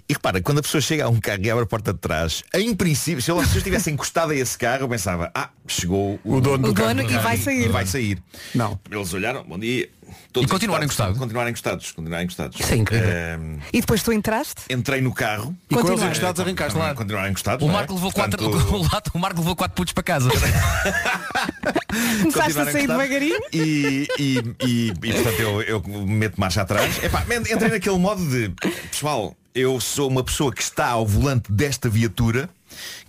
S8: E repara, quando a pessoa chega a um carro e abre a porta de trás, em princípio, se eu, se eu estivesse encostado a esse carro, eu pensava, ah, chegou o,
S2: dono
S3: do O carro. dono e vai sair.
S8: E vai sair.
S2: Não.
S8: Eles olharam, bom dia.
S7: E continuaram
S8: encostados. Continuaram encostados. Continuaram encostados.
S2: Isso é incrível.
S8: Ahm,
S3: E depois tu entraste?
S8: entrei no carro.
S2: E é com eles
S3: Continuar.
S2: encostados arrancaste
S8: Continuaram-
S2: lá.
S8: Continuaram encostados.
S7: O
S8: não é?
S7: Marco, levou quatro,
S8: Portanto,
S7: o Lato- o Marco levou quatro putos para casa.
S3: Começaste a
S8: continuaram
S3: sair
S8: encostados.
S3: devagarinho?
S8: E, e, e, e, portanto eu, eu meto marcha atrás. Epá, men- entrei naquele modo de pessoal, eu sou uma pessoa que está ao volante desta viatura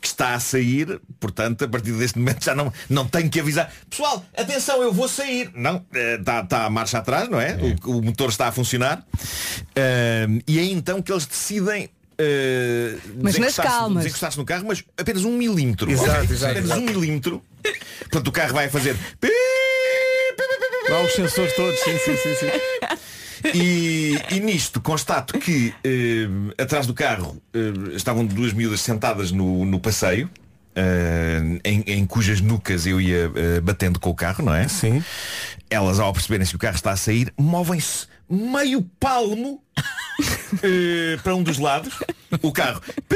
S8: que está a sair, portanto a partir deste momento já não, não tenho que avisar pessoal, atenção, eu vou sair não, está a marcha atrás, não é? O, o motor está a funcionar Eh, e é então que eles decidem eh,
S3: Mas nas
S8: desencostar-se-
S3: calmas.
S8: desencostar-se no carro, mas apenas um milímetro
S2: Exato,
S8: ok?
S2: exato,
S8: apenas
S2: exato.
S8: um milímetro portanto o carro vai fazer pi, pi, pi, pi, pi,
S2: Lá os sensores todos, sim, sim, sim, sim.
S8: e, e nisto constato que eh, atrás do carro eh, estavam duas miúdas sentadas no, no passeio. eh, em, em cujas nucas eu ia eh, batendo com o carro, não é?
S2: Sim.
S8: Elas ao perceberem que o carro está a sair, movem-se meio palmo eh, para um dos lados. O carro. Pi!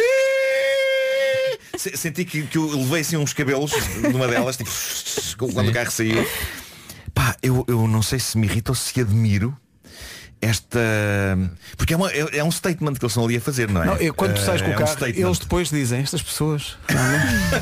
S8: Se- Senti que, que eu levei assim uns cabelos numa delas, tipo, quando o carro saiu. Pá, eu, eu não sei se me irrita ou se admiro esta. Porque é, uma- é- é um statement que eles estão ali a fazer, não é?
S2: Não, eu, quando tu sais
S8: Eh,
S2: com o
S8: é um
S2: carro,
S8: statement.
S2: eles depois dizem, estas pessoas.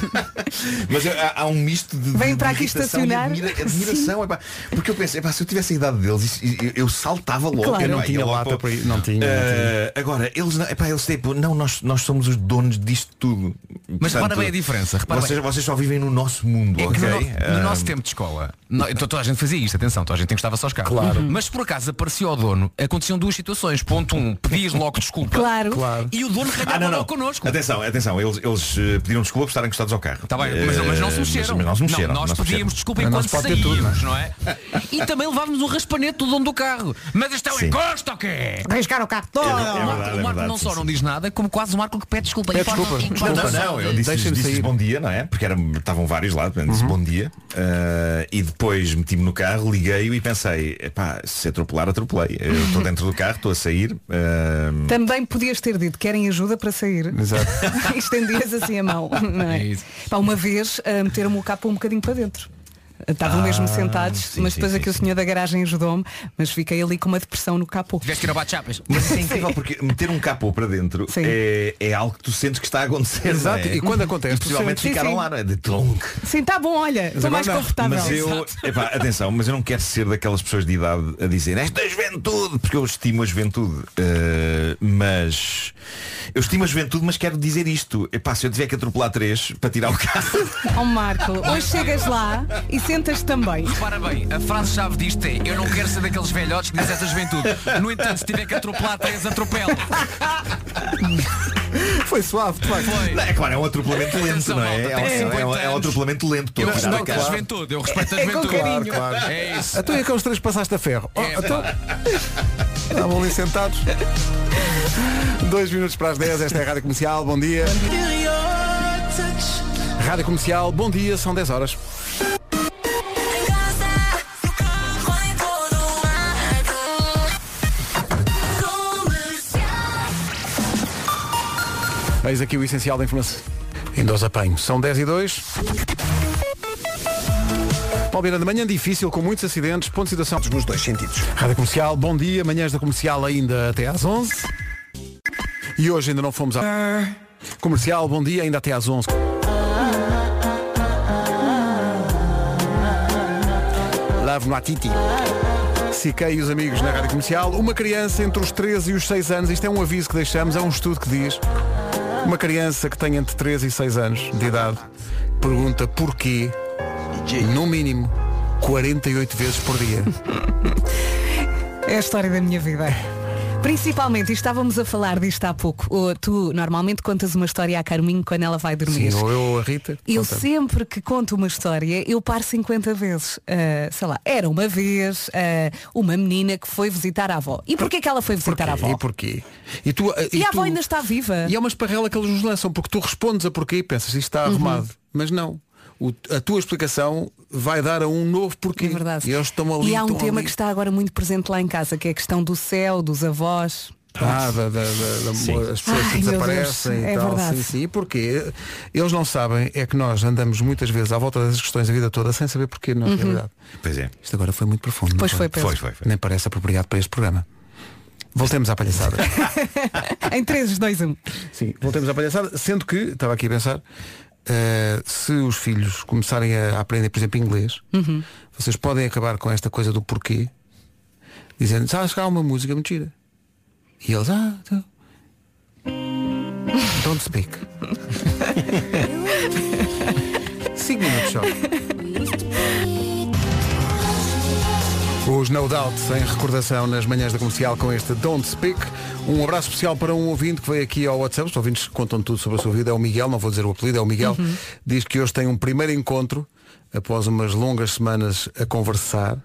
S8: Mas há, há um misto de. de-
S3: Vem para
S8: de
S3: aqui
S8: irritação e
S3: estacionar.
S8: admira- admiração, epá. Porque eu penso, epá, se eu tivesse a idade deles, isso- eu, eu saltava logo.
S3: Claro.
S8: eu
S2: Não
S8: ia
S2: tinha
S8: logo
S2: lata
S8: para-
S2: para ir. Não tinha. não tinha.
S8: Eh, agora, eles, não- epá, eles tipo, não, nós, nós somos os donos disto tudo.
S7: Mas repara bem a diferença, repara
S8: vocês,
S7: bem.
S8: vocês só vivem no nosso mundo,
S7: É que
S8: ok?
S7: no no- no,
S8: Eh,
S7: nosso tempo de escola, no- então toda a gente fazia isto, atenção, toda a gente encostava só os carros. Claro. Mas se por acaso aparecia o dono, aconteciam duas situações. Ponto um, pedias logo desculpa.
S3: Claro.
S7: E o dono
S8: Ah,
S7: ralhava
S8: não,
S7: logo
S8: não.
S7: connosco.
S8: Atenção, atenção, eles, eles eh, pediram desculpa por estarem encostados ao carro.
S7: Tá bem, mas,
S8: Eh,
S7: mas não se mexeram.
S8: Mas, mas não se mexeram.
S7: Não, nós
S8: não se
S7: pedíamos
S8: mexeram.
S7: desculpa
S2: Mas não
S7: enquanto
S2: se pode ter tudo,
S7: saímos, não é? E também levávamos um raspanete do dono do carro. Mas este é o
S8: Sim.
S7: encosto, ou quê?
S3: Arriscar o carro todo.
S8: É
S7: O
S8: verdade,
S7: Marco,
S8: é
S7: o Marco
S8: verdade,
S7: não
S8: sim,
S7: só
S8: sim.
S7: não diz nada, como quase o Marco que pede desculpa.
S2: Pede
S7: Informa-
S2: desculpa,
S7: informa-
S8: Não, não, eu disse,
S2: Deixem-me
S8: disse
S2: sair. Uhum.
S8: bom dia, não é? Porque era, estavam vários lá, portanto, disse bom dia. eh, e depois meti-me no carro, liguei-o e pensei, epá, se atropelar, atropelei. Eu estou dentro do carro, estou a sair. eh,
S3: Também podias ter dito, querem ajuda para sair.
S2: Exato.
S3: Estendias assim a mão. Não é?
S7: É isso.
S3: Pá, uma vez ah, meteram-me o capô um bocadinho para dentro. Estavam mesmo sentados,
S8: Ah, sim,
S3: mas
S8: sim,
S3: depois
S8: sim,
S3: aqui o
S8: sim.
S3: senhor da garagem ajudou-me, mas fiquei ali com uma depressão no capô.
S7: Tiveste que ir ao bate-chapas.
S8: Mas isso é incrível porque meter um capô para dentro
S3: Sim.
S8: é, é algo que tu sentes que está a acontecer.
S2: Exato,
S8: não é?
S2: e quando acontece,
S8: E possivelmente
S3: sim,
S8: ficaram
S3: sim.
S8: lá, não é? De tronco.
S3: Sim, está bom, olha, estou
S2: agora
S3: mais
S2: não.
S3: confortável.
S8: Mas eu, epá, atenção, mas eu não quero ser daquelas pessoas de idade a dizer esta juventude, porque eu estimo a juventude. Eh, mas eu estimo a juventude, mas quero dizer isto. Epá, se eu tiver que atropelar três para tirar o carro.
S3: Ó Marco, hoje chegas lá e sentas também.
S7: Repara bem, a frase-chave disto é Eu não quero ser daqueles velhotes que diz essa juventude No entanto, se tiver que atropelar três, atropelo
S2: Foi suave, de facto.
S7: Foi
S8: Não, é claro, é um atropelamento lento,
S7: Atenção,
S8: não é?
S7: malta,
S8: É um,
S7: tem
S8: é um- é um atropelamento lento. Estou
S7: Eu
S8: a cuidar da
S7: respeito a
S8: casa.
S7: juventude Eu respeito a
S3: É com
S7: juventude
S3: carinho.
S2: Claro, claro.
S7: É isso
S2: Então e aqueles três passaste a ferro? Oh,
S7: É,
S2: então... Estavam ali sentados. Dois minutos para as 10, esta é a Rádio Comercial, bom dia. Rádio Comercial, bom dia, são 10 horas. Eis aqui o essencial da informação. Ainda os apanho. São 10 e 2. Paulo Miranda, manhã difícil, com muitos acidentes, ponto de situação.
S1: Nos dois sentidos.
S2: Rádio Comercial, bom dia. Manhãs da Comercial ainda até às 11. E hoje ainda não fomos a... Comercial, bom dia, ainda até às 11. La Love Matiti. Siquei e os amigos na Rádio Comercial. Uma criança entre os 13 e os 6 anos, isto é um aviso que deixamos, é um estudo que diz. Uma criança que tem entre 13 e 6 anos de idade pergunta porquê, no mínimo, 48 vezes por dia.
S3: É a história da minha vida. Principalmente, e estávamos a falar disto há pouco, ou tu normalmente contas uma história à Carminho quando ela vai dormir.
S2: Sim, ou eu ou a Rita.
S3: Eu
S2: contamos.
S3: sempre que conto uma história, eu paro 50 vezes. Ah, sei lá, era uma vez ah, uma menina que foi visitar a avó. E porquê que ela foi visitar a avó?
S2: E porquê? E, tu,
S3: E, a
S2: tu-
S3: avó ainda está viva.
S2: E é uma esparrela que eles nos lançam, porque tu respondes a porquê e pensas, isto
S3: Uhum.
S2: está arrumado. Mas não. O- a tua explicação vai dar a um novo porquê. E eles estão ali.
S3: É E há um
S2: estão
S3: tema
S2: ali.
S3: que está agora muito presente lá em casa, que é a questão do céu, dos avós.
S2: Ah, da, da, da- da- as pessoas
S3: Ai,
S2: que
S3: meu
S2: desaparecem
S3: Deus,
S2: e
S3: é
S2: tal.
S3: verdade.
S2: Sim, sim. E porquê? Eles não sabem, é que nós andamos muitas vezes à volta dessas questões a vida toda sem saber porquê, na
S3: Uhum.
S2: realidade.
S8: Pois é.
S2: Isto agora foi muito profundo.
S3: Pois
S2: não
S3: foi, Pedro. Foi,
S2: Nem parece apropriado para este programa. Voltemos à palhaçada.
S3: em um. 3, 2, 1.
S2: Sim, voltemos à palhaçada, sendo que, estava aqui a pensar, eh, se os filhos começarem a aprender, por exemplo, inglês,
S12: Uhum.
S2: vocês podem acabar com esta coisa do porquê, dizendo, sabes que há uma música mentira. E eles, ah, então. Don't speak. Cinco minutos só. Os No Doubt em recordação nas manhãs da comercial com este Don't Speak. Um abraço especial para um ouvinte que veio aqui ao WhatsApp. Os ouvintes que contam tudo sobre a sua vida. É o Miguel, não vou dizer o apelido, é o Miguel.
S3: Uhum.
S2: Diz que hoje tem um primeiro encontro após umas longas semanas a conversar.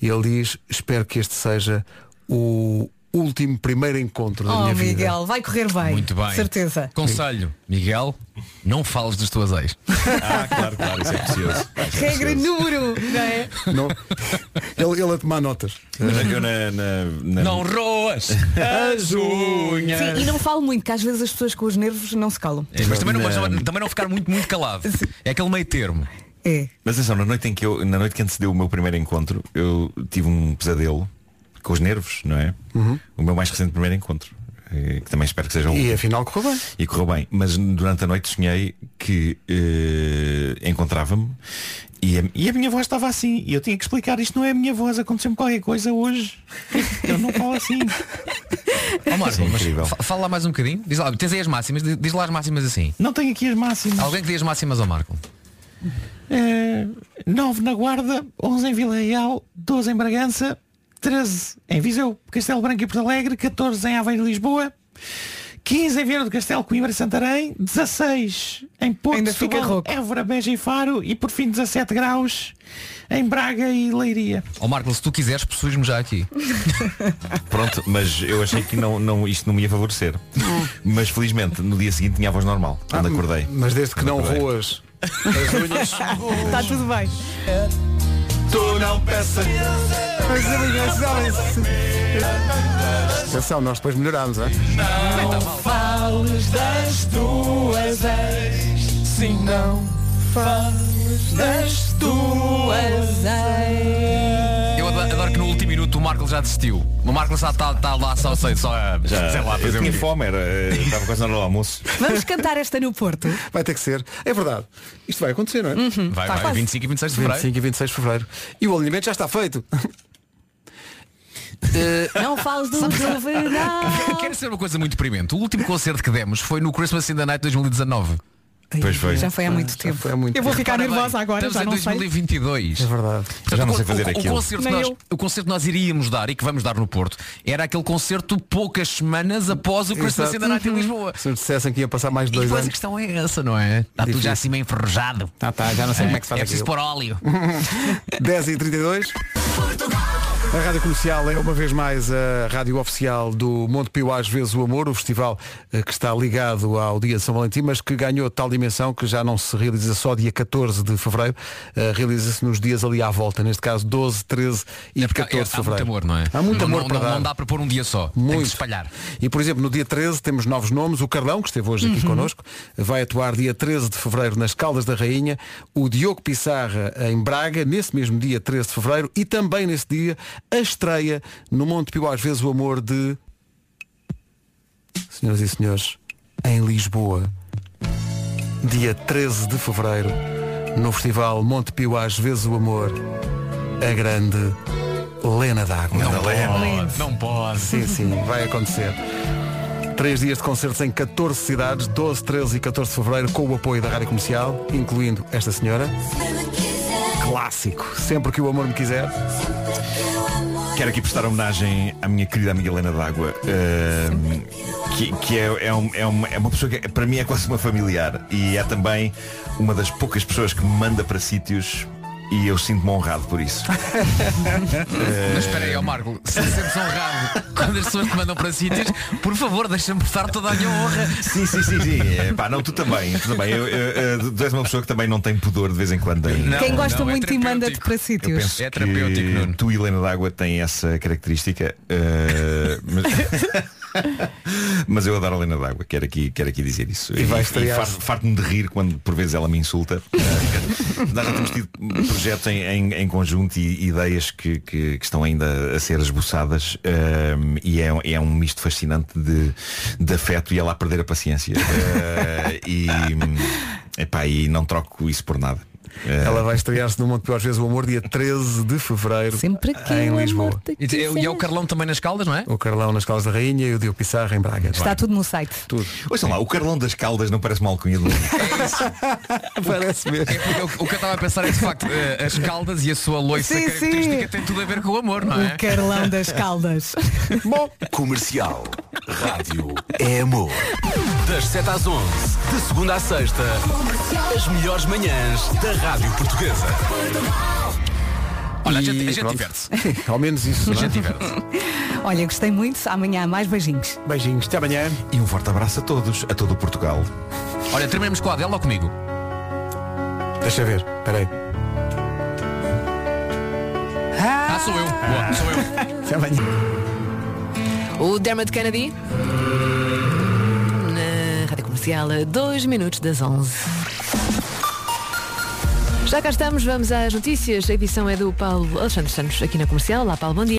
S2: E ele diz: Espero que este seja o último primeiro encontro da
S3: Oh,
S2: minha vida.
S3: Miguel, vai correr bem.
S7: Muito bem.
S3: Certeza.
S7: Conselho, Miguel, não fales das tuas ex. Ah, claro, claro, isso é precioso.
S3: Regra número, não é?
S2: Não, ele, ele a tomar notas.
S7: Não roas as unhas.
S3: Sim, e não falo muito, que às vezes as pessoas com os nervos não se calam.
S7: É, mas também não, mas não- também não ficar muito, muito calado. É aquele meio termo.
S3: É.
S8: Mas atenção, na noite, em que eu, na noite que antecedeu o meu primeiro encontro, eu tive um pesadelo com os nervos, não é? O meu mais recente primeiro encontro. eh, Que também espero que seja o
S2: E
S8: último.
S2: afinal correu bem.
S8: E correu bem. Mas durante a noite sonhei que eh, encontrava-me e a, e a minha voz estava assim. E eu tinha que explicar, isto não é a minha voz, aconteceu-me qualquer coisa hoje. Eu não falo assim.
S7: Ó Marco,
S8: Isso é
S7: mas
S8: incrível.
S7: fa- fala lá mais um bocadinho. Diz lá, tens aí as máximas, Diz- diz lá as máximas assim.
S8: Não tenho aqui as máximas.
S7: Alguém que dê as máximas ao Marco.
S8: 9 na Guarda, 11 em Vila Real, 12 em Bragança, 13 em Viseu, Castelo Branco e Porto Alegre, 14 em Aveiro e Lisboa, 15 em Vieira do Castelo, Coimbra e Santarém, 16 em Porto,
S3: Ainda fica
S8: Setúbal,
S3: rouco.
S8: Évora, Beja e Faro e por fim 17 graus em Braga e Leiria.
S7: Ó Marco, se tu quiseres, possuis-me já aqui.
S8: Pronto, mas eu achei que não, não, isto não me ia favorecer. Mas felizmente no dia seguinte tinha a voz normal, quando acordei.
S2: Mas desde que não
S8: Acordei.
S2: roas.
S3: Está tudo bem.
S2: Tu não peças. é Atenção, nós depois melhorámos, é?
S9: Não fales das tuas ex Sim, não fales das tuas ex
S7: Eu ado- adoro que no último minuto o Marco já desistiu. O Marco já está está lá só sei, só a- sei lá, fazer um quê.
S8: fome, era, estava quase na hora do almoço.
S3: Vamos cantar esta no Porto.
S2: Vai ter que ser. É verdade. Isto vai acontecer, não é?
S3: Uhum, Vai, tá vai, quase.
S7: 25 e 26 de fevereiro.
S2: 25 e 26 de fevereiro. E o alinhamento já está feito.
S3: Não fales do juvenal.
S7: Quero ser uma coisa muito deprimente. O último concerto que demos foi no Christmas in the Night 2019.
S8: Pois foi.
S3: Já foi há muito tempo.
S2: Foi há É muito
S3: Eu vou
S2: tempo.
S3: ficar nervosa agora,
S7: Estamos
S3: já
S7: em
S3: não sei.
S7: 2022.
S2: É verdade.
S7: Portanto,
S8: Já não
S7: o-
S8: sei fazer
S7: o,
S8: aquilo.
S7: O concerto, que
S3: Nem
S7: nós,
S3: eu.
S7: o concerto que nós iríamos dar e que vamos dar no Porto era aquele concerto poucas semanas após o Christmas in the Night em Lisboa.
S2: Se nos dissessem que ia passar mais de
S7: E
S2: Uhum. dois
S7: depois a
S2: anos.
S7: questão é essa, não é? Está tudo
S2: Difícil.
S7: já assim meio enferrujado.
S2: Ah, tá, já não sei como é que se faz
S7: É preciso
S2: aquilo. Uhum.
S7: pôr óleo.
S2: 10 e 32 A Rádio Comercial é uma vez mais a rádio oficial do Monte Pio Às Vezes o Amor, o festival eh, que está ligado ao Dia de São Valentim, mas que ganhou tal dimensão que já não se realiza só dia 14 de Fevereiro, eh, realiza-se nos dias ali à volta, neste caso 12, 13 e 14
S7: É há
S2: de
S7: muito
S2: Fevereiro.
S7: amor, não é?
S2: Há muito
S7: Não-
S2: amor
S7: não,
S2: para
S7: não,
S2: dar.
S7: não dá para pôr um dia só. Tem que
S2: Muito.
S7: se espalhar.
S2: E por exemplo, no dia 13 temos novos nomes. O Carlão, que esteve hoje aqui connosco, vai atuar dia 13 de fevereiro nas Caldas da Rainha. O Diogo Pissarra em Braga, nesse mesmo dia 13 de fevereiro. E também nesse dia a estreia no Monte Pio, às vezes o amor de. Senhoras e senhores, em Lisboa, dia 13 de fevereiro, no Festival Monte Pio, às vezes o amor. a grande Lena d'Água.
S7: Não pode, não pode.
S2: Sim, sim, vai acontecer. Três dias de concertos em 14 cidades, 12, 13 e 14 de fevereiro, com o apoio da Rádio Comercial, incluindo esta senhora. Clássico, sempre que o amor me quiser.
S8: Quero aqui prestar homenagem à minha querida amiga Helena D'Água, ehm, que, que é, é um- é uma, é uma pessoa que para mim é quase uma familiar e é também uma das poucas pessoas que me manda para sítios e eu sinto-me honrado por isso.
S7: Mas espera aí, ó Marco,
S2: É.
S7: se sentes honrado quando as pessoas te mandam para sítios, por favor, deixa-me prestar toda a minha honra.
S8: Sim, sim, sim, sim. É, pá, não, tu também, tu também. Eu, eu, eu, tu és uma pessoa que também não tem pudor de vez em quando. em-
S3: Quem gosta muito e manda-te para sítios.
S2: É
S8: Penso que Tu e Helena D'Água têm essa característica. eh, mas... mas eu adoro a Helena D'Água, quero aqui, quero aqui dizer isso.
S2: E vai estrear.
S8: farto- farto-me de rir quando por vezes ela me insulta. Eh, Nós já temos tido projetos em, em- em conjunto e ideias que, que- que estão ainda a ser esboçadas eh, e é, um- é um misto fascinante de, de afeto e ela a perder a paciência. Eh, e, epá, e não troco isso por nada. Eh,
S2: Ela vai estrear-se no Monte Pior Às vezes o Amor, dia 13 de fevereiro,
S3: Sempre que
S2: em
S3: o
S2: Lisboa.
S3: amor te
S7: E, e é o Carlão também nas Caldas, não é?
S2: O Carlão nas Caldas da Rainha e o Diogo Pissarra em Braga.
S3: Está tudo no site.
S2: tudo.
S8: Ouçam lá, o Carlão das Caldas não parece mal cunha do
S2: Parece mesmo.
S7: É O, o que eu estava a pensar é que, de facto eh, as Caldas e a sua loiça
S3: Sim,
S7: característica
S3: sim.
S7: tem tudo a ver com o amor, não é?
S3: O Carlão das Caldas.
S2: Bom,
S10: Comercial. Rádio é amor. Das 7 às 11, de segunda à sexta, as melhores manhãs da Rádio Portuguesa.
S7: Olha, a
S2: e
S7: gente, a gente
S2: pronto.
S7: diverte-se.
S2: Ao menos isso.
S7: A
S2: não é?
S7: gente diverte-se.
S3: Olha, gostei muito. Amanhã há mais beijinhos.
S2: Beijinhos, até amanhã.
S8: E um forte abraço a todos, a todo o Portugal.
S7: Olha, terminamos com a Adela ou comigo?
S2: Deixa ver, peraí.
S7: Ah, sou eu. Boa, sou eu.
S2: Até amanhã.
S12: O Dermot Kennedy. Na Rádio Comercial, a 2 minutos das 11. Já cá estamos, vamos às notícias. A edição é do Paulo Alexandre Santos, aqui na Comercial. Lá, Paulo, bom dia.